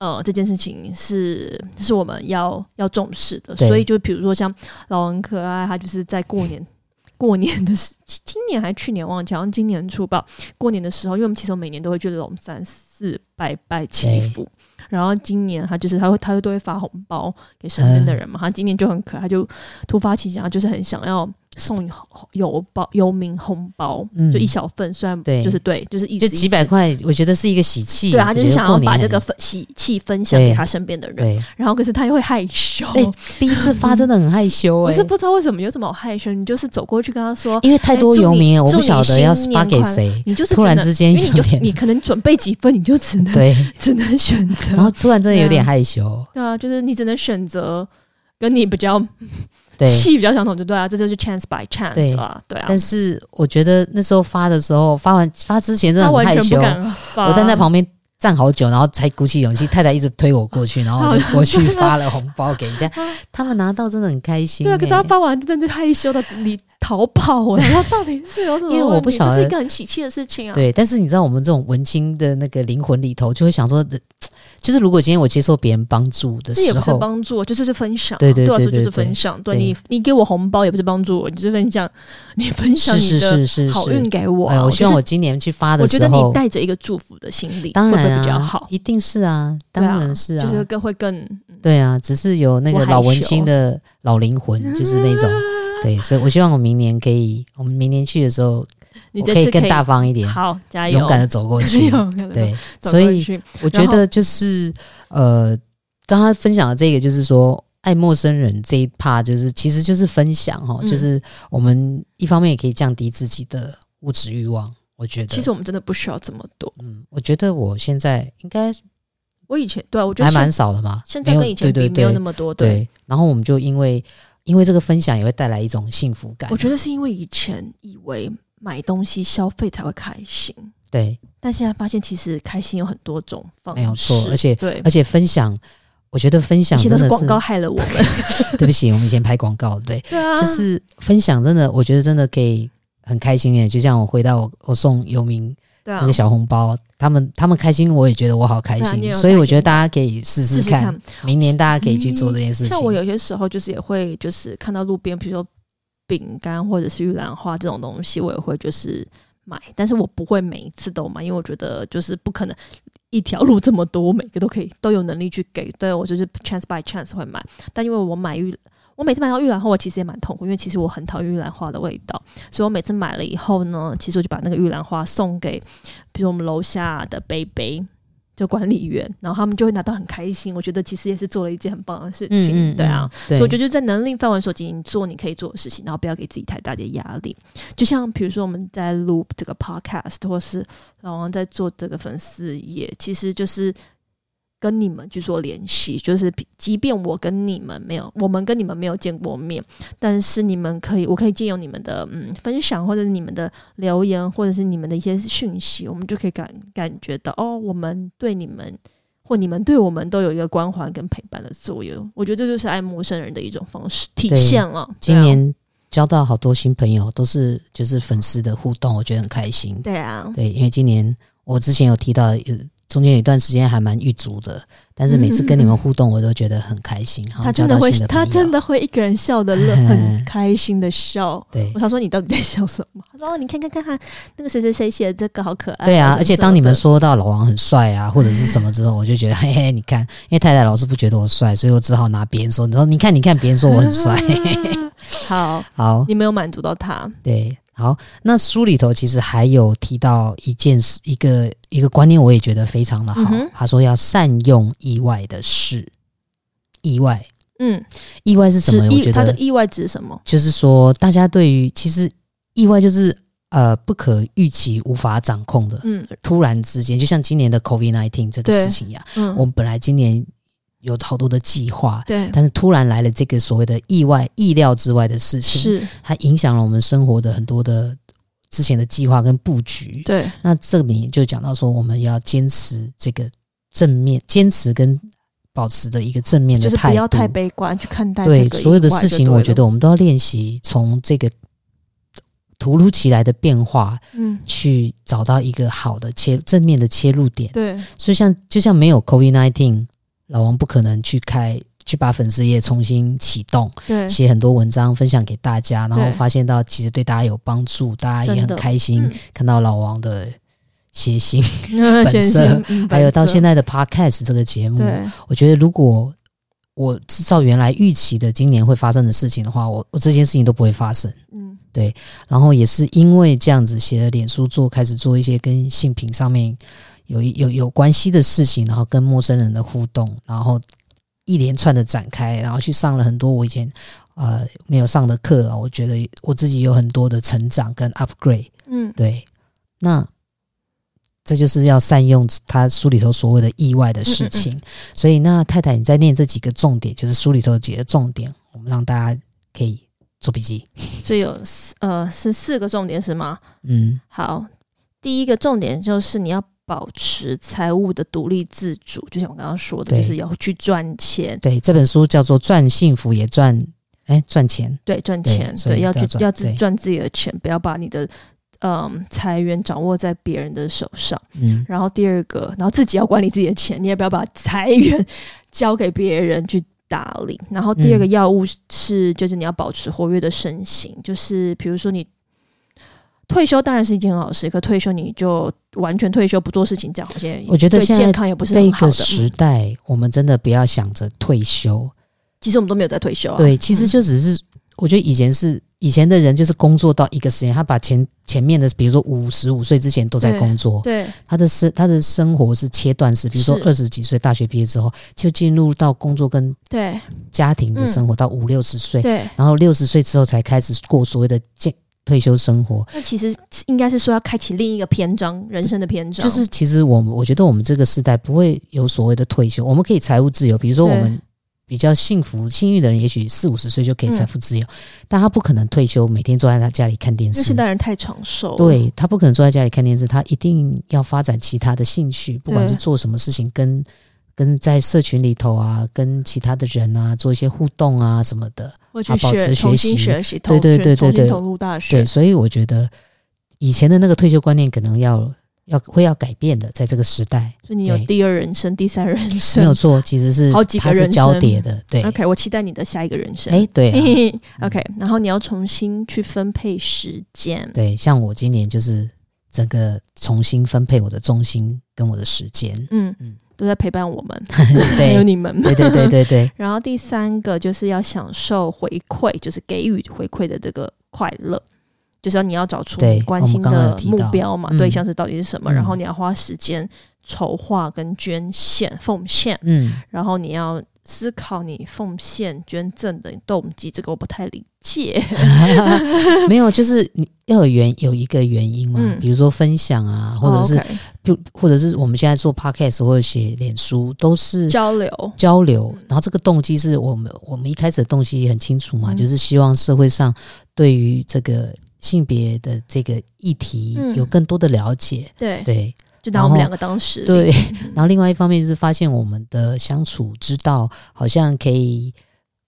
[SPEAKER 2] 呃，这件事情是是我们要要重视的，
[SPEAKER 1] 对
[SPEAKER 2] 所以就比如说像老王可爱，他就是在过年 过年的时，今年还去年忘记，好像今年初吧，过年的时候，因为我们其实每年都会去龙山寺拜拜祈
[SPEAKER 1] 对
[SPEAKER 2] 福，然后今年他就是他会他都会发红包给身边的
[SPEAKER 1] 嗯
[SPEAKER 2] 人嘛，他今年就很可爱，他就突发奇想，他就是很想要送邮包邮民红包，
[SPEAKER 1] 嗯
[SPEAKER 2] 就一小份，虽然
[SPEAKER 1] 对
[SPEAKER 2] 就是对，就是一
[SPEAKER 1] 就几百，块，我觉得是一个喜气。
[SPEAKER 2] 一对啊，他就是想要
[SPEAKER 1] 我觉得过
[SPEAKER 2] 把
[SPEAKER 1] 年
[SPEAKER 2] 这个分喜气分享给他身边的 人，
[SPEAKER 1] 对，
[SPEAKER 2] 然后可是他又会害羞，
[SPEAKER 1] 哎第一次发真的很害羞
[SPEAKER 2] 我
[SPEAKER 1] 哎、
[SPEAKER 2] 是不知道为什么有什么好害羞，你就是走过去跟他说，
[SPEAKER 1] 因为太多游民了，
[SPEAKER 2] 哎祝
[SPEAKER 1] 我
[SPEAKER 2] 你
[SPEAKER 1] 不晓得要发给谁。
[SPEAKER 2] 你就是
[SPEAKER 1] 突然
[SPEAKER 2] 只能
[SPEAKER 1] 之间
[SPEAKER 2] 因为你
[SPEAKER 1] 有
[SPEAKER 2] 就
[SPEAKER 1] 点
[SPEAKER 2] 你可能准备几份，你就只 能
[SPEAKER 1] 对，
[SPEAKER 2] 只能选择，
[SPEAKER 1] 然后突然真的有点害羞，
[SPEAKER 2] 对啊，就是你只能选择跟你比较
[SPEAKER 1] 对。
[SPEAKER 2] 气比较相同，就对啊，这就是 chance by
[SPEAKER 1] 对
[SPEAKER 2] chance 啊，对啊。
[SPEAKER 1] 但是我觉得那时候发的时候，发完发之前真
[SPEAKER 2] 他
[SPEAKER 1] 的很
[SPEAKER 2] 完
[SPEAKER 1] 害
[SPEAKER 2] 全
[SPEAKER 1] 羞
[SPEAKER 2] 不，敢发，
[SPEAKER 1] 我站在旁边站好久，然后才鼓起勇气，太太一直推我过去，然后我就过去发了红包给人家，他们拿到真的很开心、
[SPEAKER 2] 对啊，可是
[SPEAKER 1] 哎
[SPEAKER 2] 他发完真的就害羞的你逃跑了， 然后到底是有什么问题？
[SPEAKER 1] 欸因为我不晓得
[SPEAKER 2] 这是一个很喜气的事情啊。
[SPEAKER 1] 对，但是你知道我们这种文青的那个灵魂里头，就会想说，呃就是如果今天我接受别人帮助的
[SPEAKER 2] 这也
[SPEAKER 1] 时
[SPEAKER 2] 不是
[SPEAKER 1] 候，
[SPEAKER 2] 帮助，就是是分享啊。
[SPEAKER 1] 对对
[SPEAKER 2] 我
[SPEAKER 1] 对
[SPEAKER 2] 来说就
[SPEAKER 1] 对
[SPEAKER 2] 是分
[SPEAKER 1] 对
[SPEAKER 2] 享。对
[SPEAKER 1] 对
[SPEAKER 2] 你，你给我红包也不是帮助我，你就是分享， 你分享
[SPEAKER 1] 是是
[SPEAKER 2] 你的
[SPEAKER 1] 是是
[SPEAKER 2] 好
[SPEAKER 1] 是，
[SPEAKER 2] 运给我啊。
[SPEAKER 1] 哎，我希望
[SPEAKER 2] 就
[SPEAKER 1] 我
[SPEAKER 2] 是
[SPEAKER 1] 今年去发
[SPEAKER 2] 我
[SPEAKER 1] 的
[SPEAKER 2] 觉
[SPEAKER 1] 时
[SPEAKER 2] 得你
[SPEAKER 1] 候，
[SPEAKER 2] 带着一个祝福的心理，
[SPEAKER 1] 当
[SPEAKER 2] 会不
[SPEAKER 1] 然
[SPEAKER 2] 会比较
[SPEAKER 1] 啊
[SPEAKER 2] 好，。
[SPEAKER 1] 一定是啊，当
[SPEAKER 2] 对啊
[SPEAKER 1] 然是啊，
[SPEAKER 2] 就是更会更嗯
[SPEAKER 1] 对啊，只是有那
[SPEAKER 2] 我
[SPEAKER 1] 个
[SPEAKER 2] 害
[SPEAKER 1] 老文
[SPEAKER 2] 羞
[SPEAKER 1] 青的老灵魂，嗯就是那 种对，所以我希望我明年可以，我们明年去的时候，
[SPEAKER 2] 你
[SPEAKER 1] 我
[SPEAKER 2] 这
[SPEAKER 1] 可以
[SPEAKER 2] 次
[SPEAKER 1] 更大方一点，
[SPEAKER 2] 好加油，
[SPEAKER 1] 勇敢的走过 去，
[SPEAKER 2] 勇敢地
[SPEAKER 1] 对，
[SPEAKER 2] 走
[SPEAKER 1] 所
[SPEAKER 2] 过
[SPEAKER 1] 以
[SPEAKER 2] 去
[SPEAKER 1] 我觉
[SPEAKER 2] 然后
[SPEAKER 1] 得就是呃，刚刚分享的这个就是说。爱陌生人这一趴，就是其实就是分享哦，
[SPEAKER 2] 嗯
[SPEAKER 1] 就是我们一方面也可以降低自己的物质欲望，我觉得。
[SPEAKER 2] 其实我们真的不需要这么多。
[SPEAKER 1] 嗯，我觉得我现在应该
[SPEAKER 2] 我以前对啊我觉得
[SPEAKER 1] 还
[SPEAKER 2] 现
[SPEAKER 1] 蛮少的嘛，
[SPEAKER 2] 现在
[SPEAKER 1] 没有
[SPEAKER 2] 跟以前
[SPEAKER 1] 对
[SPEAKER 2] 比
[SPEAKER 1] 对
[SPEAKER 2] 没有
[SPEAKER 1] 对
[SPEAKER 2] 那么多，
[SPEAKER 1] 对。然后我们就因为因为这个分享也会带来一种幸福感
[SPEAKER 2] 我。觉得是因为以前以为买东西消费才会开心，
[SPEAKER 1] 对，
[SPEAKER 2] 但现在发现其实开心有很多种方式，
[SPEAKER 1] 没有错而且
[SPEAKER 2] 对，
[SPEAKER 1] 而且分享，我觉得分
[SPEAKER 2] 以
[SPEAKER 1] 享
[SPEAKER 2] 前
[SPEAKER 1] 真
[SPEAKER 2] 都
[SPEAKER 1] 的
[SPEAKER 2] 是
[SPEAKER 1] 是
[SPEAKER 2] 广告 害了我们，
[SPEAKER 1] 对不起，我们以前拍广告，对，
[SPEAKER 2] 对啊，
[SPEAKER 1] 就是分享真的，我觉得真的可以很开心耶。就像我回到我我送游民
[SPEAKER 2] 对啊
[SPEAKER 1] 那个，小红包，他们他们开心，我也觉得我好开
[SPEAKER 2] 对啊
[SPEAKER 1] 心，
[SPEAKER 2] 你也有
[SPEAKER 1] 所以
[SPEAKER 2] 开
[SPEAKER 1] 我觉得
[SPEAKER 2] 心
[SPEAKER 1] 大家可以试
[SPEAKER 2] 试
[SPEAKER 1] 试
[SPEAKER 2] 试
[SPEAKER 1] 看，
[SPEAKER 2] 看。嗯
[SPEAKER 1] 明年大家可以去做这件事情。
[SPEAKER 2] 啊像我有些时候就是也会就是看到路边，比如说饼干或者是玉兰花这种东西，我也会就是买，但是我不会每一次都买，因为我觉得就是不可能一条路这么多，我每个都可以都有能力去给，对我就是 chance by chance 会买，但因为我买玉。我每次买到玉兰花，我其实也蛮痛苦，因为其实我很讨厌玉兰花的味道，所以我每次买了以后呢，其实我就把那个玉兰花送给，比如我们楼下的贝贝，就管理员，然后他们就会拿到很开心。我觉得其实也是做了一件很棒的事情，
[SPEAKER 1] 嗯嗯，
[SPEAKER 2] 对啊。
[SPEAKER 1] 嗯，对，
[SPEAKER 2] 所以我觉得就在能力范围所及，你做你可以做的事情，然后不要给自己太大的压力。就像比如说我们在录这个 podcast，或是老王在做这个粉丝页，其实就是跟你们去做联系，就是比即便我跟你们没有，我们跟你们没有见过面，但是你们可以，我可以借用你们的嗯分享，或者是你们的留言，或者是你们的一些讯息，我们就可以感感觉到哦，我们对你们或你们对我们都有一个关怀跟陪伴的作用。我觉得这就是爱陌生人的一种方式体现了。对
[SPEAKER 1] 今
[SPEAKER 2] 啊
[SPEAKER 1] 年交到好多新朋友，都是就是粉丝的互动，我觉得很开心。
[SPEAKER 2] 对啊，
[SPEAKER 1] 对，因为今年我之前有提到，有中间有一段时间还蛮狱足的，但是每次跟你们互动，我都觉得很开心。好
[SPEAKER 2] 他
[SPEAKER 1] 像交
[SPEAKER 2] 真的
[SPEAKER 1] 到
[SPEAKER 2] 会
[SPEAKER 1] 新，的朋
[SPEAKER 2] 他
[SPEAKER 1] 友
[SPEAKER 2] 真的会一个人笑的 乐，很开心的笑。
[SPEAKER 1] 对
[SPEAKER 2] 我。想说你到底在笑什么？ 他说哦，你看看看看，那个谁谁谁写的这个好可爱。
[SPEAKER 1] 对啊，
[SPEAKER 2] 什么
[SPEAKER 1] 而且
[SPEAKER 2] 什么
[SPEAKER 1] 当你们
[SPEAKER 2] 的
[SPEAKER 1] 说到老王很帅啊，或者是什么之后，我就觉得嘿嘿，你看，因为太太老是不觉得我帅，所以我只好拿别人说，然后你看，你看，别人说我很 帅。
[SPEAKER 2] 好，
[SPEAKER 1] 好，
[SPEAKER 2] 你没有满足到他，
[SPEAKER 1] 对，好，那书里头其实还有提到一件事，一个一个观念，我也觉得非常的好
[SPEAKER 2] 嗯。哼
[SPEAKER 1] 他说要善用意外的事，意外，
[SPEAKER 2] 嗯，
[SPEAKER 1] 意外是什
[SPEAKER 2] 指
[SPEAKER 1] 么？我
[SPEAKER 2] 意
[SPEAKER 1] 觉
[SPEAKER 2] 他的
[SPEAKER 1] 得
[SPEAKER 2] 意外指什么？
[SPEAKER 1] 就是说，大家对于其实意外就是呃不可预期、无法掌控的，
[SPEAKER 2] 嗯
[SPEAKER 1] 突然之间，就像今年的 COVID nineteen 这个
[SPEAKER 2] 对
[SPEAKER 1] 事情一样，
[SPEAKER 2] 嗯，
[SPEAKER 1] 我们本来今年有好多的计划。
[SPEAKER 2] 对
[SPEAKER 1] 但是突然来了这个所谓的意外、意料之外的事情，
[SPEAKER 2] 是，
[SPEAKER 1] 它影响了我们生活的很多的之前的计划跟布局。
[SPEAKER 2] 对
[SPEAKER 1] 那这里就讲到说，我们要坚持这个正面，坚持跟保持着一个正面的
[SPEAKER 2] 就是
[SPEAKER 1] 态度，
[SPEAKER 2] 不要太悲观去看待
[SPEAKER 1] 对
[SPEAKER 2] 这个
[SPEAKER 1] 所有的
[SPEAKER 2] 意外
[SPEAKER 1] 事
[SPEAKER 2] 就
[SPEAKER 1] 情，
[SPEAKER 2] 对
[SPEAKER 1] 我
[SPEAKER 2] 了
[SPEAKER 1] 觉得我们都要练习从这个突如其来的变化
[SPEAKER 2] 嗯
[SPEAKER 1] 去找到一个好的切正面的切入点。
[SPEAKER 2] 对
[SPEAKER 1] 所以像就像没有 COVID nineteen，老王不可能去开去把粉丝页重新启动。
[SPEAKER 2] 对
[SPEAKER 1] 写很多文章分享给大家，然后
[SPEAKER 2] 对
[SPEAKER 1] 发现到其实对大家有帮助，大家也
[SPEAKER 2] 真
[SPEAKER 1] 很
[SPEAKER 2] 的
[SPEAKER 1] 开心、
[SPEAKER 2] 嗯
[SPEAKER 1] 看到老王的写信，
[SPEAKER 2] 嗯
[SPEAKER 1] 本
[SPEAKER 2] 显
[SPEAKER 1] 色
[SPEAKER 2] 性嗯
[SPEAKER 1] 还有到现
[SPEAKER 2] 在
[SPEAKER 1] 在的 podcast 这个节目，
[SPEAKER 2] 对
[SPEAKER 1] 我觉得如果我知道原来预期的今年会发生的事情的话，我我这件事情都不会发生。
[SPEAKER 2] 嗯
[SPEAKER 1] 然后也是因为这样子写了脸书做，开始做一些跟性品上面有一有有关系的事情，然后跟陌生人的互动，然后一连串的展开，然后去上了很多我以前呃没有上的课啊，我觉得我自己有很多的成长跟 upgrade。
[SPEAKER 2] 嗯
[SPEAKER 1] 对，那这就是要善用他书里头所谓的意外的事情。所以，那太太你在念这几个重点，就是书里头几个重点，我们让大家可以做笔记。
[SPEAKER 2] 所以有四呃是四个重点是吗？
[SPEAKER 1] 嗯，
[SPEAKER 2] 好，第一个重点就是你要保持财务的独立自主，就像我刚刚说的，
[SPEAKER 1] 对
[SPEAKER 2] 就是要去赚钱，
[SPEAKER 1] 对，这本书叫做《赚幸福也赚哎赚钱》，
[SPEAKER 2] 对，赚
[SPEAKER 1] 对
[SPEAKER 2] 钱，
[SPEAKER 1] 所
[SPEAKER 2] 对，
[SPEAKER 1] 以要
[SPEAKER 2] 要去
[SPEAKER 1] 赚
[SPEAKER 2] 要自
[SPEAKER 1] 对
[SPEAKER 2] 赚自己的钱，不要把你的嗯财源掌握在别人的手上。
[SPEAKER 1] 嗯，
[SPEAKER 2] 然后第二个，然后自己要管理自己的钱，你也不要把 财源交给别人去打理。然后第二个
[SPEAKER 1] 嗯
[SPEAKER 2] 药物是，就是你要保持活跃的身形，就是比如说你退休当然是一件很好事，可退休你就完全退休不做事情，这样好像也
[SPEAKER 1] 我觉得
[SPEAKER 2] 对
[SPEAKER 1] 现在
[SPEAKER 2] 健康也不是
[SPEAKER 1] 这
[SPEAKER 2] 很好
[SPEAKER 1] 个
[SPEAKER 2] 的。
[SPEAKER 1] 时
[SPEAKER 2] 嗯
[SPEAKER 1] 代，我们真的不要想着退休，
[SPEAKER 2] 其实我们都没有在退休啊，
[SPEAKER 1] 对，其实就只是我觉得以前是以前的人就是工作到一个时间，他把前前面的比如说五十五岁之前都在
[SPEAKER 2] 对
[SPEAKER 1] 工作，
[SPEAKER 2] 对
[SPEAKER 1] 他的生他的生活是切断式，比如说
[SPEAKER 2] 是
[SPEAKER 1] 二十几岁大学毕业之后就进入到工作跟
[SPEAKER 2] 对
[SPEAKER 1] 家庭的
[SPEAKER 2] 嗯
[SPEAKER 1] 生活，到五六十岁，
[SPEAKER 2] 对。
[SPEAKER 1] 然后六十岁之后才开始过所谓的健退休生活，
[SPEAKER 2] 那其实应该是说要开启另一个篇章，人生的篇章，
[SPEAKER 1] 就是其实我们我觉得我们这个时代不会有所谓的退休，我们可以财务自由。比如说
[SPEAKER 2] 对
[SPEAKER 1] 我们比较幸福、幸运的人，也许四五十岁就可以财富自由，但他不可能退休每天坐在他家里看电
[SPEAKER 2] 因为
[SPEAKER 1] 视嗯
[SPEAKER 2] 现。代人太长寿，，
[SPEAKER 1] 对他不可能坐在家里看电视，他一定要发展其他的兴趣，不管
[SPEAKER 2] 对
[SPEAKER 1] 是做什么事情，跟跟在社群里头啊，跟其他的人啊做一些互动啊什么的。
[SPEAKER 2] 或
[SPEAKER 1] 啊
[SPEAKER 2] 去
[SPEAKER 1] 保持
[SPEAKER 2] 学重
[SPEAKER 1] 学
[SPEAKER 2] 新
[SPEAKER 1] 习
[SPEAKER 2] 学习，
[SPEAKER 1] 对对
[SPEAKER 2] 投
[SPEAKER 1] 对对
[SPEAKER 2] 重新
[SPEAKER 1] 对
[SPEAKER 2] 投入大学
[SPEAKER 1] 对，，所以我觉得以前的那个退休观念可能要要会要改变的，在这个时代
[SPEAKER 2] 所以你有
[SPEAKER 1] 对
[SPEAKER 2] 第二人生、第三人
[SPEAKER 1] 没有
[SPEAKER 2] 生。
[SPEAKER 1] 错，其实是
[SPEAKER 2] 好几个
[SPEAKER 1] 它是
[SPEAKER 2] 人
[SPEAKER 1] 交
[SPEAKER 2] 生
[SPEAKER 1] 叠的，对，
[SPEAKER 2] OK，我期待你的下一个人生。
[SPEAKER 1] 哎，对啊、
[SPEAKER 2] OK，然后你要重新去分配时间。
[SPEAKER 1] 对，像我今年就是整个重新分配我的重心跟我的时间，
[SPEAKER 2] 嗯
[SPEAKER 1] 嗯
[SPEAKER 2] 都在陪伴我们， 还有
[SPEAKER 1] 对，
[SPEAKER 2] 你们。
[SPEAKER 1] 对对对对对，
[SPEAKER 2] 然后第三个就是要享受回馈，就是给予回馈的这个快乐，就是要你要找出
[SPEAKER 1] 对
[SPEAKER 2] 你关
[SPEAKER 1] 我们
[SPEAKER 2] 心
[SPEAKER 1] 刚刚有
[SPEAKER 2] 的
[SPEAKER 1] 提
[SPEAKER 2] 目
[SPEAKER 1] 到
[SPEAKER 2] 标嘛，
[SPEAKER 1] 嗯
[SPEAKER 2] 对象是到底是什么，
[SPEAKER 1] 嗯
[SPEAKER 2] 然后你要花时间筹划跟捐献奉献，
[SPEAKER 1] 嗯，
[SPEAKER 2] 然后你要思考你奉献捐赠的动机，这个我不太理解。
[SPEAKER 1] 没有，就是你要有原有一个原因嘛，
[SPEAKER 2] 嗯
[SPEAKER 1] 比如说分享啊，或者是、
[SPEAKER 2] 哦，OK，
[SPEAKER 1] 就或者是我们现在做 podcast 或者写脸书都是。
[SPEAKER 2] 交流，
[SPEAKER 1] 交流，然后这个动机是我们我们一开始的动机也很清楚嘛，
[SPEAKER 2] 嗯
[SPEAKER 1] 就是希望社会上对于这个性别的这个议题
[SPEAKER 2] 嗯
[SPEAKER 1] 有更多的了解，
[SPEAKER 2] 对，
[SPEAKER 1] 对
[SPEAKER 2] 就
[SPEAKER 1] 然
[SPEAKER 2] 当我们
[SPEAKER 1] 后
[SPEAKER 2] 两个当时
[SPEAKER 1] 对。 然后另外一方面就是发现我们的相处之道好像可以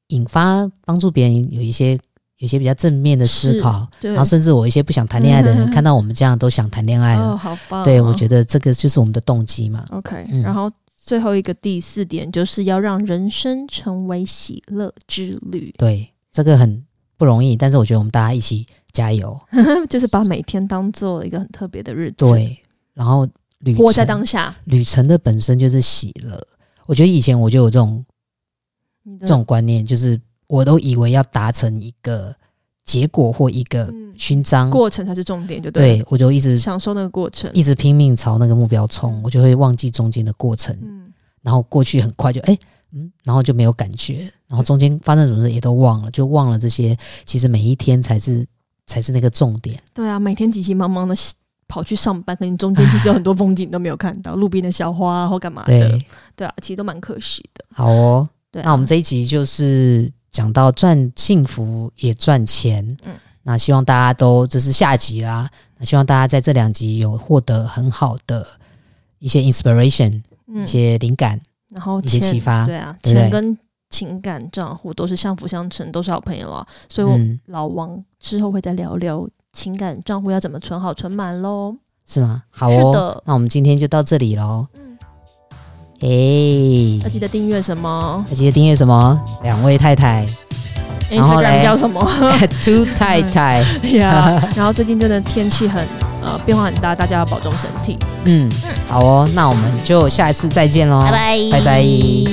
[SPEAKER 1] 引发帮助别人有一些有一些比较正面的思
[SPEAKER 2] 是
[SPEAKER 1] 考，
[SPEAKER 2] 对
[SPEAKER 1] 然后甚至我一些不想谈恋爱的人看到我们这样都想谈恋爱了。
[SPEAKER 2] 哦，好棒哦、
[SPEAKER 1] 对，我觉得这个就是我们的动机嘛。
[SPEAKER 2] OK，、
[SPEAKER 1] 嗯
[SPEAKER 2] 然后最后一个第四点就是要让人生成为喜乐之旅，
[SPEAKER 1] 对，这个很不容易，但是我觉得我们大家一起加油。
[SPEAKER 2] 就是把每天当做一个很特别的日子，，
[SPEAKER 1] 对，然后旅
[SPEAKER 2] 活在
[SPEAKER 1] 程
[SPEAKER 2] 当下。
[SPEAKER 1] 旅程的本身就是喜乐。我觉得以前我就有这种
[SPEAKER 2] 你的
[SPEAKER 1] 这种观念，就是我都以为要达成一个结果或一个
[SPEAKER 2] 嗯
[SPEAKER 1] 勋章，
[SPEAKER 2] 过程才是重点，就对了
[SPEAKER 1] 对我就一直
[SPEAKER 2] 享受那个过程。
[SPEAKER 1] 一直拼命朝那个目标冲，
[SPEAKER 2] 嗯
[SPEAKER 1] 我就会忘记中间的过程。
[SPEAKER 2] 嗯，
[SPEAKER 1] 然后过去很快就哎、嗯，然后就没有感觉，然后中间发生什么事也都忘了，就忘了这些。其实每一天才是才是那个重点。
[SPEAKER 2] 对啊，每天急急忙忙的跑去上班，可能中间其实有很多风景你都没有看到，路边的小花啊或干嘛的，
[SPEAKER 1] 对，
[SPEAKER 2] 对啊，其实都蛮可惜的。
[SPEAKER 1] 好哦，
[SPEAKER 2] 对啊、
[SPEAKER 1] 那我们这一集就是讲到赚幸福也赚钱，嗯
[SPEAKER 2] 嗯，
[SPEAKER 1] 那希望大家都这是下集啦，那希望大家在这两集有获得很好的一些 inspiration，、一
[SPEAKER 2] 嗯，
[SPEAKER 1] 些灵感。
[SPEAKER 2] 然后
[SPEAKER 1] 一些
[SPEAKER 2] 钱
[SPEAKER 1] 启发
[SPEAKER 2] 对啊，
[SPEAKER 1] 对不对
[SPEAKER 2] 钱跟情感账户都是相辅相成，都是好朋友啊。所以我
[SPEAKER 1] 嗯，
[SPEAKER 2] 老王之后会再聊聊情感账户要怎么存好存满喽。
[SPEAKER 1] 是吗？好
[SPEAKER 2] 是
[SPEAKER 1] 哦，
[SPEAKER 2] 的
[SPEAKER 1] 那我们今天就到这里喽。
[SPEAKER 2] 嗯，
[SPEAKER 1] 诶，
[SPEAKER 2] 要记得订阅什么
[SPEAKER 1] 还记得订阅什么？两位太 太然后嘞
[SPEAKER 2] ，Instagram 叫什么
[SPEAKER 1] ，Two 太太，
[SPEAKER 2] 呀？ 然后最近真的天气很呃变化很大，大家要保重身体，
[SPEAKER 1] 嗯嗯，好哦，那我们就下一次再见喽，
[SPEAKER 2] 拜拜，
[SPEAKER 1] 拜拜